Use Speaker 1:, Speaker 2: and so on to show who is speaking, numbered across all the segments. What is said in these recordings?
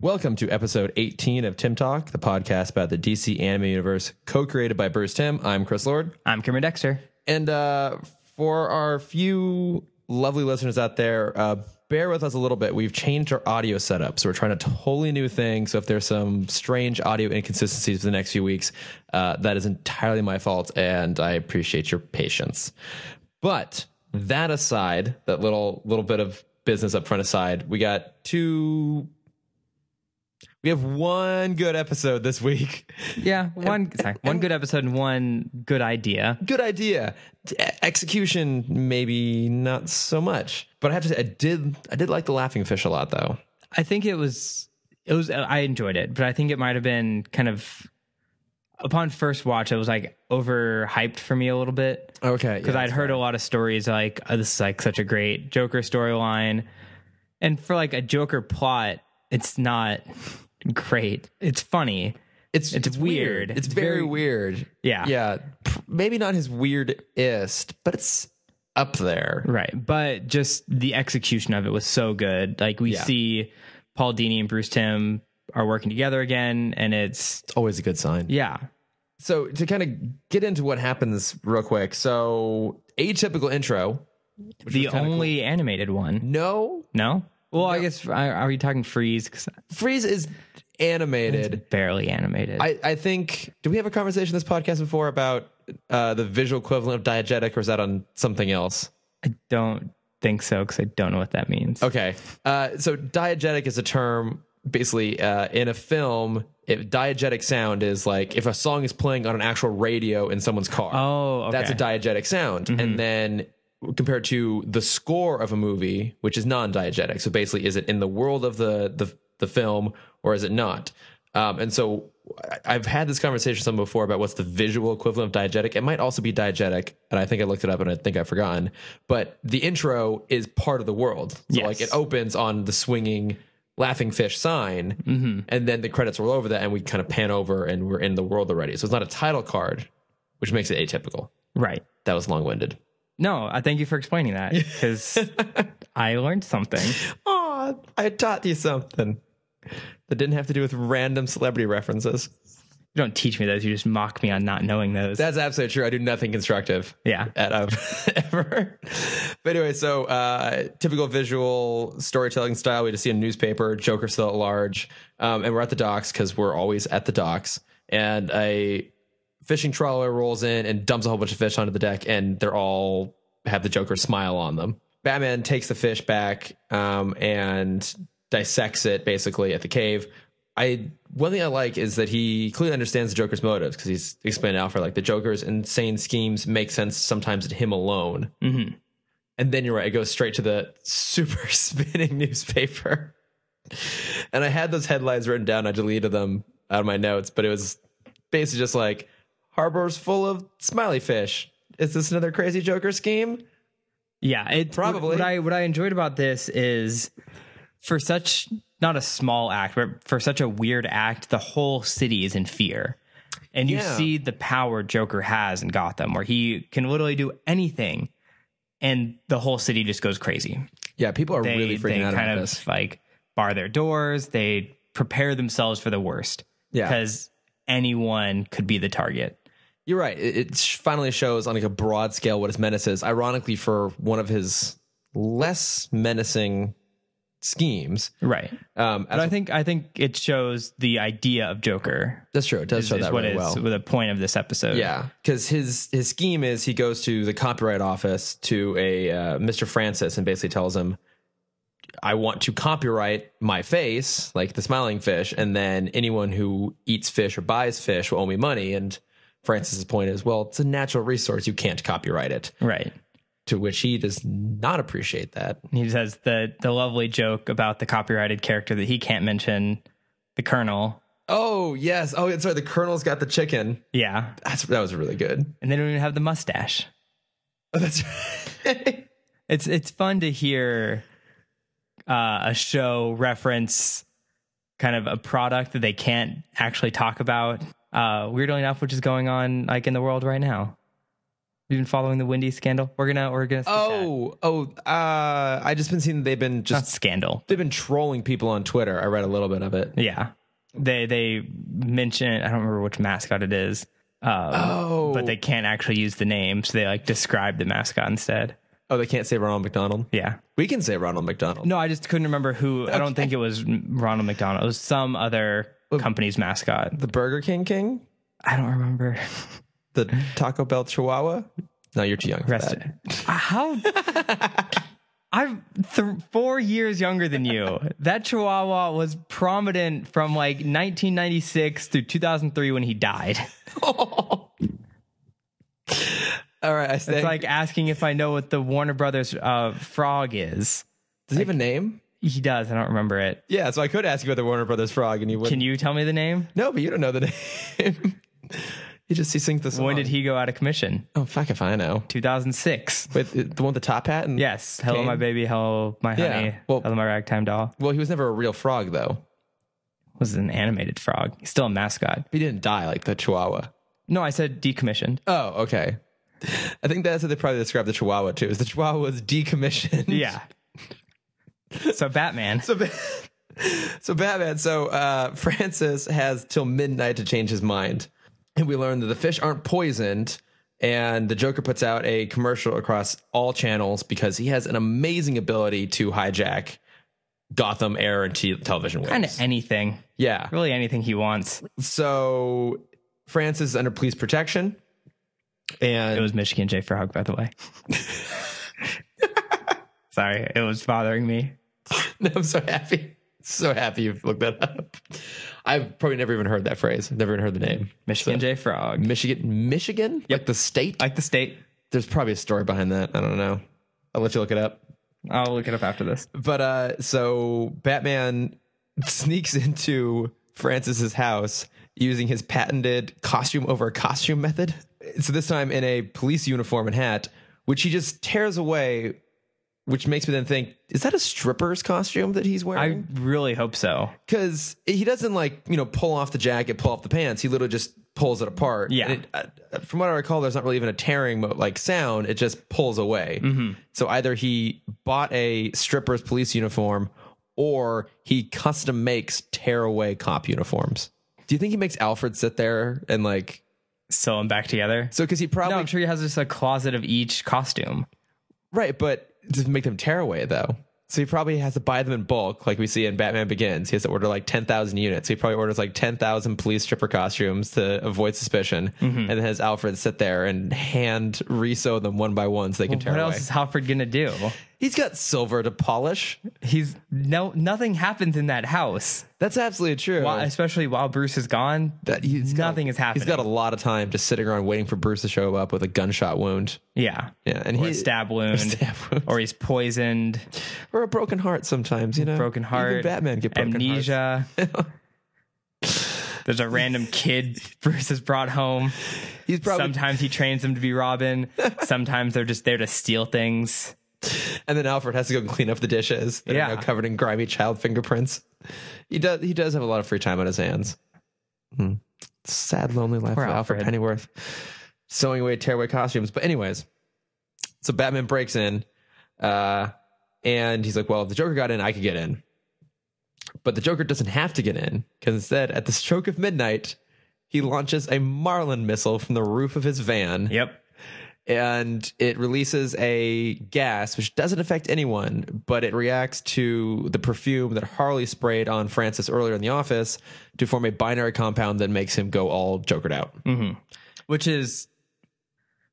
Speaker 1: Welcome to episode 18 of Tim Talk, the podcast about the DC anime universe, co created by Bruce Tim. I'm Chris Lord.
Speaker 2: I'm Cameron Dexter.
Speaker 1: And uh, for our few lovely listeners out there, uh, bear with us a little bit. We've changed our audio setup, so we're trying a totally new thing. So if there's some strange audio inconsistencies for the next few weeks, uh, that is entirely my fault, and I appreciate your patience. But that aside, that little little bit of business up front aside, we got two. We have one good episode this week.
Speaker 2: Yeah, one sorry, one good episode and one good idea.
Speaker 1: good idea. E- Execution, maybe not so much. But I have to say, I did I did like the laughing fish a lot, though.
Speaker 2: I think it was it was I enjoyed it, but I think it might have been kind of upon first watch it was like overhyped for me a little bit
Speaker 1: Okay,
Speaker 2: because I'd heard a lot of stories like oh, this is like such a great Joker storyline, and for like a Joker plot, it's not great. It's funny.
Speaker 1: it's
Speaker 2: it's weird.
Speaker 1: It's,
Speaker 2: It's
Speaker 1: very,
Speaker 2: very-
Speaker 1: weird.
Speaker 2: Yeah.
Speaker 1: yeah. P- Maybe not his weirdest, but it's up there.
Speaker 2: Right. But just the execution of it was so good. Like we
Speaker 1: Yeah.
Speaker 2: see Paul Dini and Bruce Tim are working together again and it's
Speaker 1: It's always a good sign.
Speaker 2: yeah.
Speaker 1: So to kind of get into what happens real quick. So atypical intro.
Speaker 2: the only animated one.
Speaker 1: No,
Speaker 2: No? Well, I guess I- are we talking freeze cuz
Speaker 1: freeze is animated.
Speaker 2: barely animated.
Speaker 1: I, I think did we have a conversation in this podcast before about uh, the visual equivalent of diegetic or is that on something else?
Speaker 2: I don't think so cuz I don't know what that means.
Speaker 1: Okay. Uh, so diegetic is a term basically uh, in a film if diegetic sound is like if a song is playing on an actual radio in someone's car.
Speaker 2: Oh, okay. Mm-hmm.
Speaker 1: That's a diegetic sound. And then compared to the score of a movie, which is non-diegetic. So basically, is it in the world of the the, the film or is it not? Um, and so I- I've had this conversation with someone before about what's the visual equivalent of diegetic. It might also be diegetic, and I think I looked it up and I think I've forgotten. But the intro is part of the world. So
Speaker 2: Yes.
Speaker 1: like it opens on the swinging laughing fish sign,
Speaker 2: Mm-hmm.
Speaker 1: and then the credits roll over that, and we kind of pan over and we're in the world already. So it's not a title card, which makes it atypical.
Speaker 2: Right.
Speaker 1: That was long winded.
Speaker 2: No, I thank you for explaining that cuz I learned something.
Speaker 1: Aw, I taught you something that didn't have to do with random celebrity references.
Speaker 2: You don't teach me those, you just mock me on not knowing those.
Speaker 1: That's absolutely true. I do nothing constructive.
Speaker 2: yeah.
Speaker 1: At um, ever, but anyway, so uh, typical visual storytelling style. We just see a newspaper, Joker still at large, um, and we're at the docks because we're always at the docks. And a fishing trawler rolls in and dumps a whole bunch of fish onto the deck, and they're all have the Joker smile on them. Batman takes the fish back um, and dissects it basically at the cave. I one thing I like is that he clearly understands the Joker's motives because he's explained to Alfred like the Joker's insane schemes make sense sometimes to him alone,
Speaker 2: Mhm.
Speaker 1: and then you're right, it goes straight to the super spinning newspaper. And I had those headlines written down. I deleted them out of my notes, but it was basically just like harbor's full of smiley fish. Is this another crazy Joker scheme?
Speaker 2: Yeah, it
Speaker 1: Probably.
Speaker 2: What I what I enjoyed about this is for such not a small act, but for such a weird act, the whole city is in fear. And you
Speaker 1: Yeah.
Speaker 2: see the power Joker has in Gotham, where he can literally do anything, and the whole city just goes crazy.
Speaker 1: Yeah, people are
Speaker 2: They,
Speaker 1: really freaking
Speaker 2: they
Speaker 1: out
Speaker 2: kind
Speaker 1: about
Speaker 2: of
Speaker 1: this.
Speaker 2: like bar their doors. They prepare themselves for the worst
Speaker 1: Yeah.
Speaker 2: because anyone could be the target.
Speaker 1: You're right. It, it sh- finally shows on like a broad scale what his menace is. Ironically, for one of his less menacing schemes.
Speaker 2: Right,
Speaker 1: Um,
Speaker 2: but I think I think it shows the idea of Joker
Speaker 1: that's true. It does show
Speaker 2: is
Speaker 1: that
Speaker 2: what
Speaker 1: really
Speaker 2: is
Speaker 1: well.
Speaker 2: the point of this episode.
Speaker 1: Yeah, because his his scheme is he goes to the copyright office to a uh, Mr. Francis and basically tells him, "I want to copyright my face, like the smiling fish, and then anyone who eats fish or buys fish will owe me money." And Francis's point is, "Well, it's a natural resource; you can't copyright it."
Speaker 2: Right.
Speaker 1: To which he does not appreciate that.
Speaker 2: He says the the lovely joke about the copyrighted character that he can't mention, the Colonel.
Speaker 1: Oh yes, oh sorry, the Colonel's got the chicken.
Speaker 2: Yeah.
Speaker 1: That's that was really good.
Speaker 2: And they don't even have the mustache.
Speaker 1: Oh, that's right.
Speaker 2: It's it's fun to hear uh, a show reference kind of a product that they can't actually talk about. Uh, weirdly enough, which is going on like in the world right now. You've been following the Wendy scandal. We're gonna we're gonna
Speaker 1: Oh, oh, uh, I just been seeing they've been
Speaker 2: not
Speaker 1: just
Speaker 2: scandal.
Speaker 1: they've been trolling people on Twitter. I read a little bit of it.
Speaker 2: Yeah, they they mention I don't remember which mascot it is. Um,
Speaker 1: Oh,
Speaker 2: but they can't actually use the name, so they like describe the mascot instead.
Speaker 1: oh they can't say Ronald McDonald.
Speaker 2: Yeah.
Speaker 1: We can say Ronald McDonald.
Speaker 2: No, I just couldn't remember who. I don't think it was Ronald McDonald. It was some other company's mascot.
Speaker 1: The Burger King King,
Speaker 2: I don't remember.
Speaker 1: the Taco Bell Chihuahua. No, you're too young for
Speaker 2: Rest.
Speaker 1: that.
Speaker 2: Uh, How? I'm th- four years younger than you. That Chihuahua was prominent from like 1996 through 2003 when he died.
Speaker 1: All right, I think.
Speaker 2: It's like asking if I know what the Warner Brothers uh, frog is.
Speaker 1: does he have a name?
Speaker 2: He does. I don't remember it.
Speaker 1: Yeah, so I could ask you about the Warner Brothers frog, and you wouldn't.
Speaker 2: Can you tell me the name?
Speaker 1: no, but you don't know the name. he just he sings the song.
Speaker 2: When did he go out of commission?
Speaker 1: Oh fuck if I know.
Speaker 2: 2006.
Speaker 1: Wait, the one with the top hat and
Speaker 2: Yes. Hello,
Speaker 1: Kane?
Speaker 2: my baby. Hello, my
Speaker 1: Yeah,
Speaker 2: honey.
Speaker 1: well-
Speaker 2: Hello, my ragtime doll.
Speaker 1: Well, he was never a real frog though.
Speaker 2: Was an animated frog. He's still a mascot.
Speaker 1: He didn't die like the Chihuahua.
Speaker 2: No, I said decommissioned.
Speaker 1: Oh, okay. I think that's how they probably describe the Chihuahua too. Is the Chihuahua was decommissioned?
Speaker 2: Yeah. so Batman.
Speaker 1: So, Ba- so Batman. So uh, Francis has till midnight to change his mind, and we learn that the fish aren't poisoned. And the Joker puts out a commercial across all channels because he has an amazing ability to hijack Gotham air and te- television waves.
Speaker 2: Kind of anything.
Speaker 1: Yeah.
Speaker 2: Really anything he wants.
Speaker 1: So Francis is under police protection, and
Speaker 2: It was Michigan J Frog, by the way. Sorry, it was bothering me.
Speaker 1: I'm so happy. So happy you've looked that up. I've probably never even heard that phrase. I've never even heard the name.
Speaker 2: Michigan J Frog.
Speaker 1: Michigan, Michigan, like the state.
Speaker 2: Like the state.
Speaker 1: There's probably a story behind that. I don't know. I'll let you look it up.
Speaker 2: I'll look it up after this.
Speaker 1: But uh, so Batman sneaks into Francis's house using his patented costume over costume method. So this time in a police uniform and hat, which he just tears away. Which makes me then think: Is that a stripper's costume that he's wearing?
Speaker 2: I really hope so.
Speaker 1: because he doesn't like you know pull off the jacket, pull off the pants. He literally just pulls it apart.
Speaker 2: Yeah.
Speaker 1: And it, uh, from what I recall, there's not really even a tearing mo- like sound. It just pulls away.
Speaker 2: Mm-hmm.
Speaker 1: So either he bought a stripper's police uniform, or he custom makes tearaway cop uniforms. Do you think he makes Alfred sit there and like
Speaker 2: Sew them back together.
Speaker 1: so? Because he
Speaker 2: No,
Speaker 1: probably
Speaker 2: I'm sure he has just a closet of each costume.
Speaker 1: right, but to make them tearaway though. So he probably has to buy them in bulk, like we see in Batman Begins. He has to order like ten thousand units. He probably orders like ten thousand police stripper costumes to avoid suspicion,
Speaker 2: Mm-hmm.
Speaker 1: and then has Alfred sit there and hand resew them one by one so they can tear
Speaker 2: What
Speaker 1: away.
Speaker 2: else is Alfred gonna do?
Speaker 1: He's got silver to polish.
Speaker 2: He's no nothing happens in that house,
Speaker 1: That's absolutely true.
Speaker 2: While- especially while Bruce is gone.
Speaker 1: That- he's got-
Speaker 2: nothing is happening.
Speaker 1: He's got a lot of time just sitting around waiting for Bruce to show up with a gunshot wound.
Speaker 2: yeah,
Speaker 1: Yeah, and
Speaker 2: or
Speaker 1: he
Speaker 2: a stab wound,
Speaker 1: stab wound.
Speaker 2: or he's poisoned,
Speaker 1: or a broken heart sometimes. You know,
Speaker 2: broken
Speaker 1: Even
Speaker 2: heart,
Speaker 1: Batman get broken hearts.
Speaker 2: amnesia. There's a random kid Bruce has brought home.
Speaker 1: He's probably
Speaker 2: Sometimes he trains them to be Robin. Sometimes they're just there to steal things.
Speaker 1: And then Alfred has to go and clean up the dishes that
Speaker 2: Yeah.
Speaker 1: are now covered in grimy child fingerprints. He does he does have a lot of free time on his hands. Hmm. Sad, lonely life
Speaker 2: Poor
Speaker 1: of Alfred.
Speaker 2: Alfred.
Speaker 1: Pennyworth. Sewing away tearaway costumes. But anyways, so Batman breaks in, uh, and he's like, Well, if the Joker got in, I could get in. But the Joker doesn't have to get in, because instead, at the stroke of midnight, he launches a Marlin missile from the roof of his van
Speaker 2: Yep.
Speaker 1: and it releases a gas which doesn't affect anyone, but it reacts to the perfume that Harley sprayed on Francis earlier in the office to form a binary compound that makes him go all jokered out.
Speaker 2: which is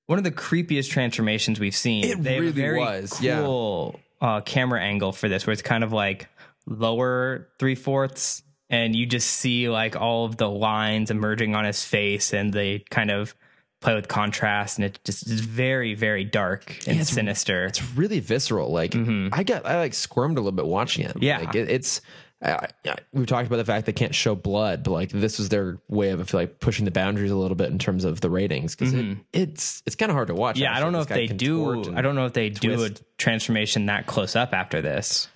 Speaker 2: one of the creepiest transformations we've seen.
Speaker 1: It
Speaker 2: have a
Speaker 1: really
Speaker 2: very
Speaker 1: was, yeah.
Speaker 2: Cool uh, camera angle for this, where it's kind of like lower three fourths, and you just see like all of the lines emerging on his face, and they kind of play with contrast, and it just is very, very dark and
Speaker 1: it's-
Speaker 2: sinister.
Speaker 1: It's really visceral. Like I got, I like squirmed a little bit watching it.
Speaker 2: Mm-hmm. Yeah.
Speaker 1: like, it, it's. I, I, we've talked about the fact they can't show blood, but like this was their way of I feel like pushing the boundaries a little bit in terms of the ratings because it, it's it's kind of hard to watch.
Speaker 2: Mm-hmm. yeah, I
Speaker 1: actually.
Speaker 2: don't know
Speaker 1: This
Speaker 2: if
Speaker 1: guy
Speaker 2: they
Speaker 1: contort
Speaker 2: do.
Speaker 1: and-
Speaker 2: I don't know if they do a transformation that close up after this,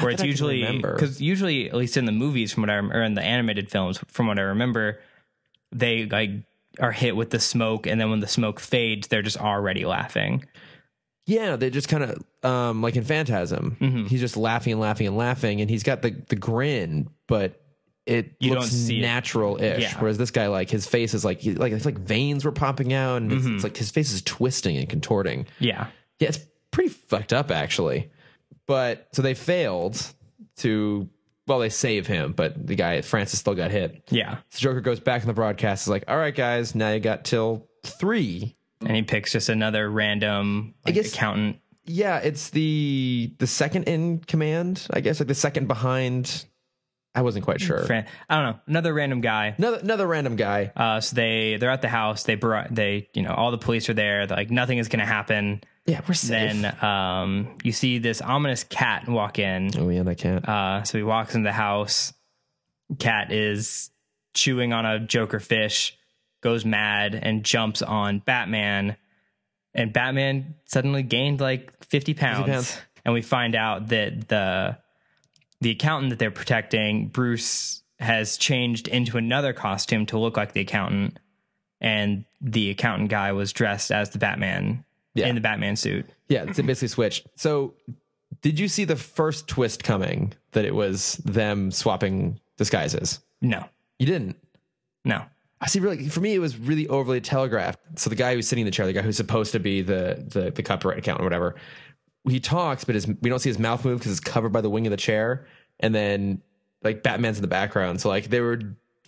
Speaker 2: where it's
Speaker 1: that I can
Speaker 2: usually
Speaker 1: remember.
Speaker 2: because usually, at least in the movies, from what I rem- or in the animated films, from what I remember, they like are hit with the smoke, and then when the smoke fades, they're just already laughing.
Speaker 1: Yeah, they just kind of um, like in Phantasm.
Speaker 2: Mm-hmm.
Speaker 1: He's just laughing and laughing and laughing, and he's got the the grin, but it
Speaker 2: You
Speaker 1: looks
Speaker 2: don't see it.
Speaker 1: natural-ish.
Speaker 2: Yeah.
Speaker 1: Whereas this guy, like his face is like he- like it's like veins were popping out, and
Speaker 2: Mm-hmm.
Speaker 1: it's, it's like his face is twisting and contorting.
Speaker 2: Yeah.
Speaker 1: Yeah, it's pretty fucked up actually. But so they failed to well, they save him, but the guy Francis still got hit.
Speaker 2: Yeah.
Speaker 1: So Joker goes back in the broadcast. Is like, all right, guys, now you got till three
Speaker 2: And he picks just another random like,
Speaker 1: guess-
Speaker 2: accountant.
Speaker 1: yeah it's the the second in command i guess like the second behind i wasn't quite sure
Speaker 2: Fran- I don't know. Another random guy.
Speaker 1: another, another random guy
Speaker 2: Uh, so they they're at the house. They brought they you know all the police are there. They're like nothing is gonna happen.
Speaker 1: yeah we're safe
Speaker 2: Then um, you see this ominous cat walk in.
Speaker 1: oh yeah that can't
Speaker 2: Uh, so he walks into the house. Cat is chewing on a Joker fish, goes mad, and jumps on Batman. And Batman suddenly gained like 50 pounds.
Speaker 1: pounds.
Speaker 2: And we find out that the the accountant that they're protecting, Bruce, has changed into another costume to look like the accountant. And the accountant guy was dressed as the Batman
Speaker 1: Yeah.
Speaker 2: in the Batman suit.
Speaker 1: yeah it's basically switched so did you see the first twist coming that it was them swapping disguises
Speaker 2: No,
Speaker 1: you didn't
Speaker 2: no.
Speaker 1: I see. Really, for me, it was really overly telegraphed. So the guy who's sitting in the chair, the guy who's supposed to be the the, the copyright accountant, or whatever, he talks, but his, we don't see his mouth move because it's covered by the wing of the chair. And then like Batman's in the background, so like they were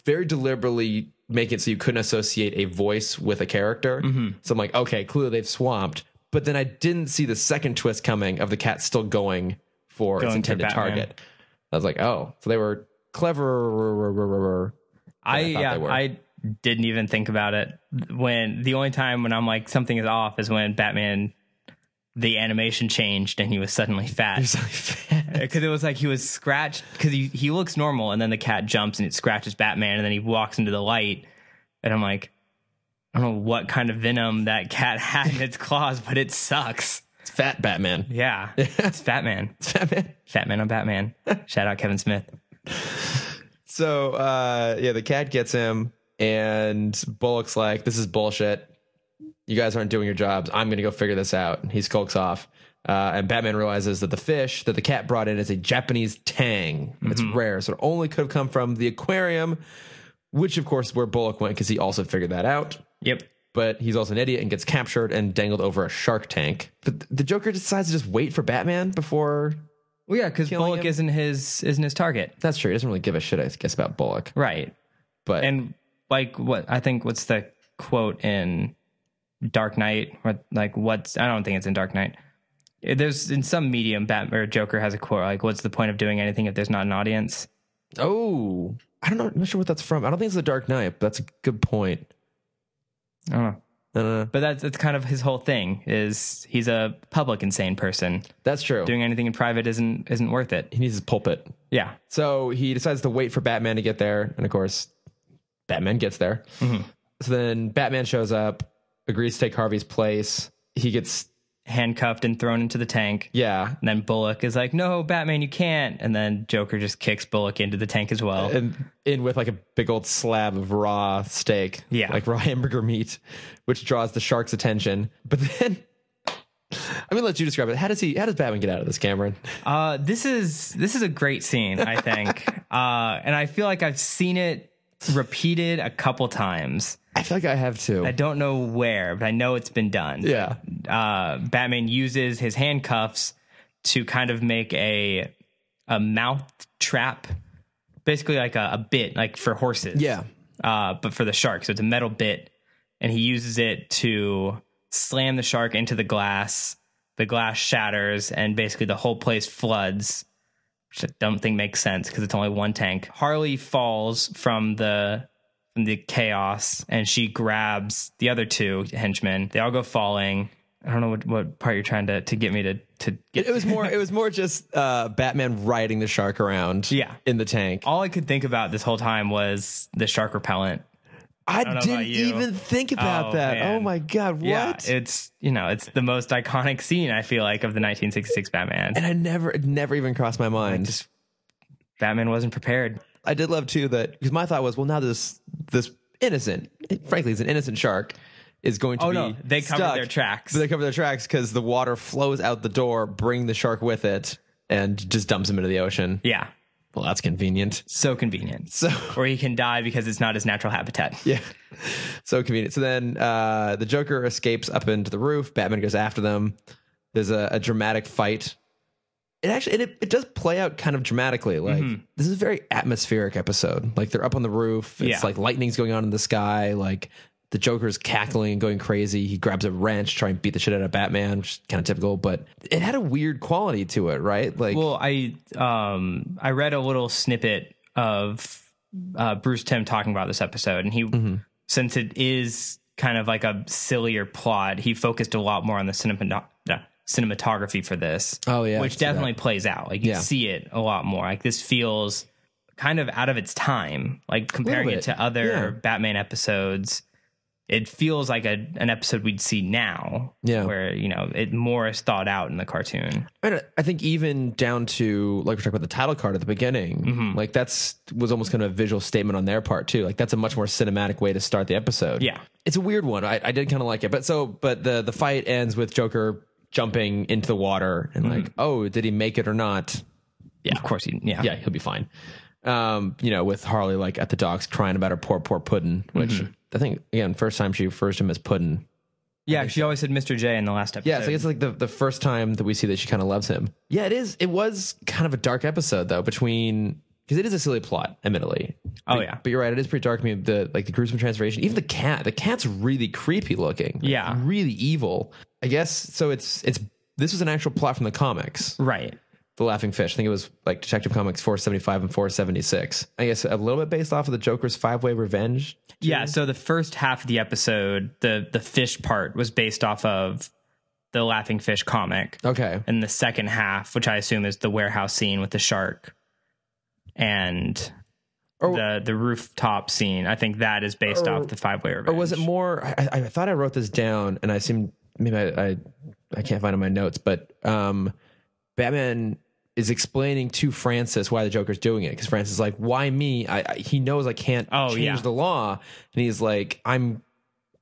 Speaker 1: very deliberately making it so you couldn't associate a voice with a character.
Speaker 2: Mm-hmm.
Speaker 1: So I'm like, okay, clearly they've swamped. But then I didn't see the second twist coming of the cat still going for its
Speaker 2: for
Speaker 1: intended
Speaker 2: Batman.
Speaker 1: target. I was like, oh, so they were clever.
Speaker 2: I,
Speaker 1: I thought
Speaker 2: yeah,
Speaker 1: they were.
Speaker 2: I didn't even think about it. When the only time when I'm like something is off is when Batman the animation changed and he was suddenly fat because it was like he was scratched because he, he looks normal and then the cat jumps and it scratches Batman and then he walks into the light and I'm like I don't know what kind of venom that cat had in its claws but it sucks
Speaker 1: It's fat Batman.
Speaker 2: yeah it's Fat Man Fat Man on Batman shout out Kevin Smith
Speaker 1: so uh yeah, the cat gets him and Bullock's like, This is bullshit. You guys aren't doing your jobs. I'm gonna go figure this out. And he skulks off. Uh, and Batman realizes that the fish that the cat brought in is a Japanese tang. It's rare, so it only could have come from the aquarium, which of course is where Bullock went because he also figured that out.
Speaker 2: yep
Speaker 1: But he's also an idiot and gets captured and dangled over a shark tank. But the Joker decides to just wait for Batman before.
Speaker 2: well yeah because
Speaker 1: Killing
Speaker 2: Bullock
Speaker 1: him?
Speaker 2: isn't his isn't his target
Speaker 1: That's true. He doesn't really give a shit, I guess, about Bullock.
Speaker 2: right
Speaker 1: But
Speaker 2: and like what I think what's the quote in Dark Knight or like what's I don't think it's in Dark Knight. There's in some medium Batman or Joker has a quote like what's the point of doing anything if there's not an audience?
Speaker 1: Oh, I don't know. I'm not sure what that's from. I don't think it's The Dark Knight. But that's a good point. Uh,
Speaker 2: I don't know.
Speaker 1: No, no, no.
Speaker 2: But that's that's kind of his whole thing is he's a public insane person.
Speaker 1: That's true.
Speaker 2: Doing anything in private isn't isn't worth it.
Speaker 1: he needs his pulpit.
Speaker 2: Yeah.
Speaker 1: So he decides to wait for Batman to get there, and of course, Batman gets there. So then Batman shows up, agrees to take Harvey's place. He gets
Speaker 2: Handcuffed and thrown into the tank.
Speaker 1: yeah,
Speaker 2: And then Bullock is like, "No, Batman, you can't." And then Joker just kicks Bullock into the tank as well.
Speaker 1: and in with like a big old slab of raw steak,
Speaker 2: Yeah.
Speaker 1: like raw hamburger meat, which draws the shark's attention. But then. I'm gonna let you describe it. How does he? How does Batman get out of this, Cameron?
Speaker 2: Uh, this is this is a great scene, I think, uh, and I feel like I've seen it repeated a couple times.
Speaker 1: I feel like I have to.
Speaker 2: I don't know where, but I know it's been done.
Speaker 1: yeah,
Speaker 2: Uh, Batman uses his handcuffs to kind of make a a mouth trap, basically like a, a bit, like for horses.
Speaker 1: Yeah.
Speaker 2: Uh, but for the shark, so it's a metal bit, and he uses it to slam the shark into the glass. The glass shatters, and basically the whole place floods. Which I don't think makes sense because it's only one tank. Harley falls from the from the chaos, and she grabs the other two henchmen. They all go falling. I don't know what, what part you're trying to, to get me to to get.
Speaker 1: It was more. It was more just uh, Batman riding the shark around.
Speaker 2: Yeah. Oh,
Speaker 1: in the tank.
Speaker 2: All I could think about this whole time was the shark repellent.
Speaker 1: I,
Speaker 2: know
Speaker 1: didn't
Speaker 2: about you.
Speaker 1: even think about
Speaker 2: Oh,
Speaker 1: that.
Speaker 2: man.
Speaker 1: Oh my god, what?
Speaker 2: Yeah, it's you know it's the most iconic scene I feel like of the 1966 Batman.
Speaker 1: and I never, it never even crossed my mind.
Speaker 2: just- Batman wasn't prepared.
Speaker 1: I did love too that because my thought was, well, now this this innocent, frankly, it's an innocent shark, is going to
Speaker 2: Oh
Speaker 1: be
Speaker 2: no, they covered
Speaker 1: stuck.
Speaker 2: their tracks.
Speaker 1: So they cover their tracks because the water flows out the door, bring the shark with it, and just dumps him into the ocean.
Speaker 2: yeah,
Speaker 1: Well, that's convenient.
Speaker 2: so convenient.
Speaker 1: So
Speaker 2: or he can die because it's not his natural habitat.
Speaker 1: yeah, so convenient. So then uh, the Joker escapes up into the roof. Batman goes after them. There's a, a dramatic fight. It actually and it, it does play out kind of dramatically. Like
Speaker 2: Mm-hmm.
Speaker 1: this is a very atmospheric episode. Like they're up on the roof. It's
Speaker 2: Yeah.
Speaker 1: like lightning's going on in the sky. Like the Joker's cackling and going crazy. He grabs a wrench, try and beat the shit out of Batman, which is kind of typical. But it had a weird quality to it, right? Like
Speaker 2: Well, I um I read a little snippet of uh, Bruce Tim talking about this episode, and he
Speaker 1: Mm-hmm.
Speaker 2: since it is kind of like a sillier plot, he focused a lot more on the cinemat- uh, cinematography for this.
Speaker 1: Oh, yeah, I
Speaker 2: which
Speaker 1: see that.
Speaker 2: definitely plays out. Like you
Speaker 1: Yeah.
Speaker 2: see it a lot more. Like this feels kind of out of its time. Like comparing it
Speaker 1: bit,
Speaker 2: to other
Speaker 1: yeah.
Speaker 2: Batman episodes. It feels like a an episode we'd see now,
Speaker 1: Yeah.
Speaker 2: where you know it more is thought out in the cartoon.
Speaker 1: I, don't- I think even down to like we're talking about the title card at the beginning, like that's was almost kind of a visual statement on their part too. Like that's a much more cinematic way to start the episode.
Speaker 2: Yeah.
Speaker 1: it's a weird one. I, I did kind of like it, but so but the the fight ends with Joker jumping into the water and like, oh, did he make it or not?
Speaker 2: Yeah, of course. You,
Speaker 1: Yeah, he'll be fine. Um, you know, with Harley like at the docks crying about her poor poor Puddin, which I think again first time she refers to him as Puddin.
Speaker 2: Yeah, she always said Mr. J in the last episode.
Speaker 1: Yeah, so it's like the, the first time that we see that she kind of loves him. Yeah, it is. It was kind of a dark episode though, between because it is a silly plot, admittedly.
Speaker 2: Oh,
Speaker 1: But-
Speaker 2: yeah.
Speaker 1: but you're right. It is pretty dark. I mean, the like the gruesome transformation, even the cat. The cat's really creepy looking. like,
Speaker 2: Yeah.
Speaker 1: really evil. I guess so. It's it's this was an actual plot from the comics,
Speaker 2: right.
Speaker 1: the Laughing Fish. I think it was like Detective Comics 475 and 476. I guess a little bit based off of the Joker's five way revenge.
Speaker 2: Yeah, so the first half of the episode, the the fish part was based off of the laughing fish comic.
Speaker 1: Okay,
Speaker 2: And the second half, which I assume is the warehouse scene with the shark and
Speaker 1: Or-
Speaker 2: the the rooftop scene, I think that is based off the five way revenge.
Speaker 1: Or was it more? I, I I thought I wrote this down, and I seem maybe I, I I can't find it in my notes, but um, Batman is explaining to Francis why the Joker's doing it because Francis is like, "Why me?" I, I he knows I can't
Speaker 2: Oh,
Speaker 1: change
Speaker 2: yeah.
Speaker 1: the law, and he's like, "I'm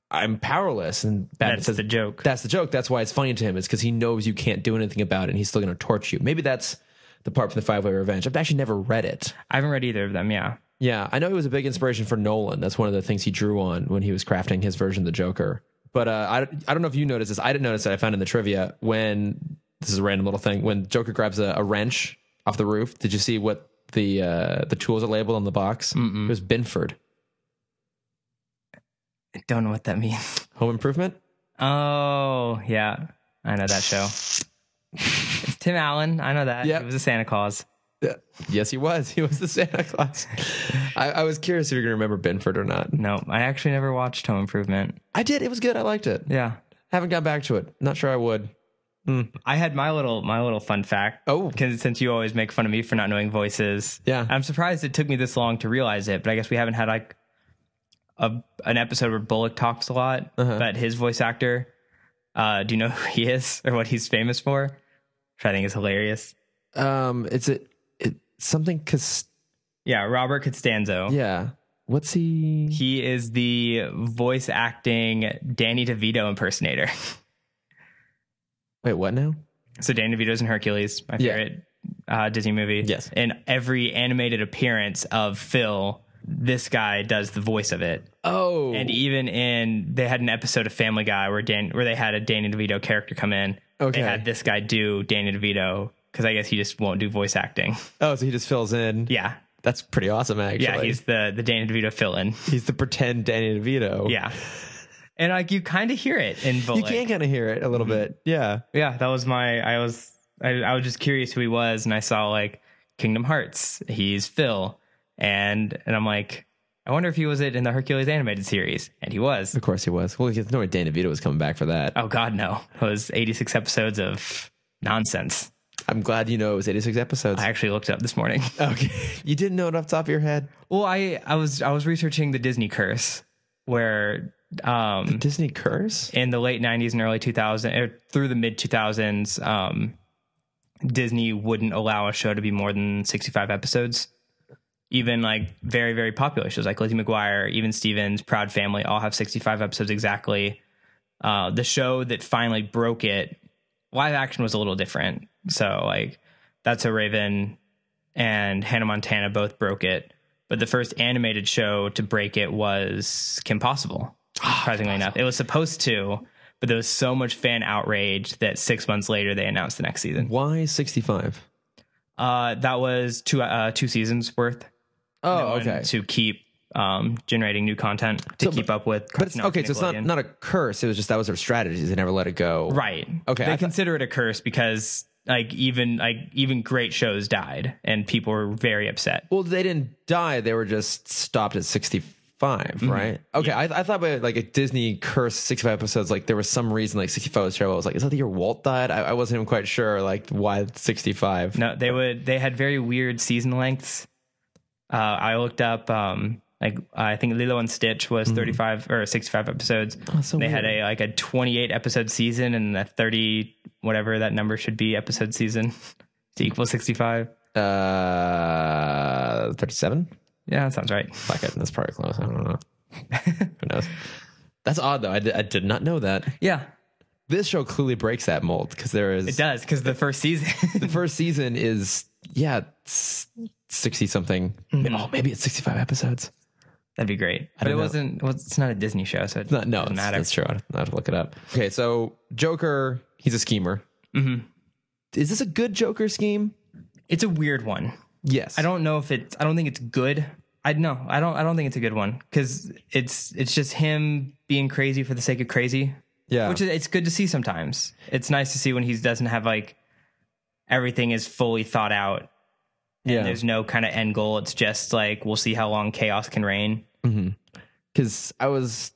Speaker 1: I'm powerless." And Batman
Speaker 2: that's
Speaker 1: says,
Speaker 2: the joke.
Speaker 1: "That's the joke. That's why it's funny to him. It's because he knows you can't do anything about it, and he's still going to torture you." Maybe that's the part from the Five Way Revenge. I've actually never read it.
Speaker 2: I haven't read either of them, yeah.
Speaker 1: Yeah, I know it was a big inspiration for Nolan. That's one of the things he drew on when he was crafting his version of the Joker. But uh, I I don't know if you noticed this. I didn't notice it. I found in the trivia when this is a random little thing when Joker grabs a, a wrench off the roof. Did you see what the uh, the tools are labeled on the box? It was Binford
Speaker 2: I don't know what that means.
Speaker 1: Home Improvement.
Speaker 2: Oh, yeah. I know that show. It's Tim Allen. I know that.
Speaker 1: Yep.
Speaker 2: It was a Santa Claus.
Speaker 1: Yeah. Yes, he was. He was the Santa Claus. I, I was curious if you're gonna remember Binford or not.
Speaker 2: No, I actually never watched Home Improvement.
Speaker 1: I did. It was good. I liked it.
Speaker 2: Yeah.
Speaker 1: Haven't gone back to it. Not sure I would.
Speaker 2: I had my little my little fun fact.
Speaker 1: Oh.
Speaker 2: because since you always make fun of me for not knowing voices,
Speaker 1: Yeah.
Speaker 2: I'm surprised it took me this long to realize it. But I guess we haven't had like a an episode where Bullock talks a lot.
Speaker 1: Uh-huh.
Speaker 2: But his voice actor, uh, do you know who he is or what he's famous for? Which I think is hilarious.
Speaker 1: Um, it's a it, something cause
Speaker 2: Yeah, Robert Costanzo.
Speaker 1: yeah. What's Oh. he?
Speaker 2: He is the voice acting Danny DeVito impersonator.
Speaker 1: Wait, what now?
Speaker 2: So Danny DeVito's in Hercules, my
Speaker 1: Yeah.
Speaker 2: favorite uh, Disney movie.
Speaker 1: Yes.
Speaker 2: In every animated appearance of Phil, this guy does the voice of it.
Speaker 1: Oh,
Speaker 2: And even in they had an episode of Family Guy where Dan where they had a Danny DeVito character come in.
Speaker 1: Okay.
Speaker 2: They had this guy do Danny DeVito because I guess he just won't do voice acting.
Speaker 1: oh, so he just fills in.
Speaker 2: Yeah.
Speaker 1: that's pretty awesome, actually.
Speaker 2: Yeah, he's the the Danny DeVito fill in.
Speaker 1: he's the pretend Danny DeVito.
Speaker 2: Yeah. And like you kind of hear it in
Speaker 1: you
Speaker 2: Bullock.
Speaker 1: can kind of hear it a little bit. Yeah,
Speaker 2: yeah, that was my. I was. I, I was just curious who he was, and I saw like Kingdom Hearts. He's Phil, and and I'm like, I wonder if he was it in the Hercules animated series, and he was.
Speaker 1: of course he was. Well, there's no way Danny DeVito was coming back for that.
Speaker 2: Oh God, no! It was 86 episodes of nonsense.
Speaker 1: I'm glad you know it was 86 episodes.
Speaker 2: I actually looked it up this morning.
Speaker 1: okay, you didn't know it off the top of your head.
Speaker 2: Well, I I was I was researching the Disney curse, where um
Speaker 1: Disney curse.
Speaker 2: in the late 90s and early 2000s or through the mid 2000s um disney wouldn't allow a show to be more than 65 episodes even like very very popular shows like Lizzie McGuire, even Stevens, Proud Family, all have 65 episodes exactly. Uh, the show that finally broke it, live action was a little different. So like, That's a Raven and Hannah Montana both broke it, but the first animated show to break it was Kim Possible.
Speaker 1: Ah,
Speaker 2: Surprisingly enough, it was supposed to, but there was so much fan outrage that six months later they announced the next season.
Speaker 1: Why 65?
Speaker 2: Uh, that was two uh, two seasons worth.
Speaker 1: Oh,
Speaker 2: No, and
Speaker 1: okay.
Speaker 2: To keep um, generating new content to
Speaker 1: So,
Speaker 2: keep
Speaker 1: but-
Speaker 2: up with.
Speaker 1: But it's
Speaker 2: Cartoon
Speaker 1: okay,
Speaker 2: Network
Speaker 1: so it's not
Speaker 2: Nickelodeon.
Speaker 1: not a curse. It was just that was their strategy. They never let it go.
Speaker 2: right.
Speaker 1: Okay,
Speaker 2: they
Speaker 1: I thought-
Speaker 2: consider it a curse because like even like even great shows died and people were very upset.
Speaker 1: Well, they didn't die. They were just stopped at 65,
Speaker 2: Mm-hmm.
Speaker 1: right? Okay. I, I thought by like a Disney curse 65 episodes, like there was some reason like 65 was terrible. I was like, is that the year Walt died? I, I wasn't even quite sure like why 65.
Speaker 2: No, they would. They had very weird season lengths. Uh, I looked up. Um, like I think Lilo and Stitch was thirty-five or sixty-five episodes.
Speaker 1: Mm-hmm. Oh, so
Speaker 2: they had
Speaker 1: weird.
Speaker 2: a like a twenty-eight episode season and a thirty whatever that number should be episode season to equal sixty-five.
Speaker 1: Uh, 37?
Speaker 2: Yeah, that sounds right.
Speaker 1: Fuck it. That's probably close. I don't know. Who knows? That's odd though. I did, I did not know that.
Speaker 2: Yeah,
Speaker 1: This show clearly breaks that mold because there is
Speaker 2: it does because the first
Speaker 1: the
Speaker 2: season.
Speaker 1: first season is yeah sixty something.
Speaker 2: Mm-hmm.
Speaker 1: Oh, maybe it's sixty five episodes.
Speaker 2: That'd be great, but it
Speaker 1: don't know.
Speaker 2: wasn't. Well, it's not a Disney show, so it
Speaker 1: No, no,
Speaker 2: doesn't
Speaker 1: it's-
Speaker 2: matter.
Speaker 1: that's true. I will have to look it up. Okay, so Joker, he's a schemer.
Speaker 2: Mhm.
Speaker 1: Is this a good Joker scheme?
Speaker 2: It's a weird one.
Speaker 1: Yes.
Speaker 2: I don't know if it's. I don't think it's good. I no. I don't. I don't think it's a good one because it's. It's just him being crazy for the sake of crazy,
Speaker 1: Yeah.
Speaker 2: which is, it's good to see sometimes. It's nice to see when he doesn't have like everything is fully thought out. And
Speaker 1: Yeah.
Speaker 2: There's no kind of end goal. It's just like we'll see how long chaos can reign.
Speaker 1: because I was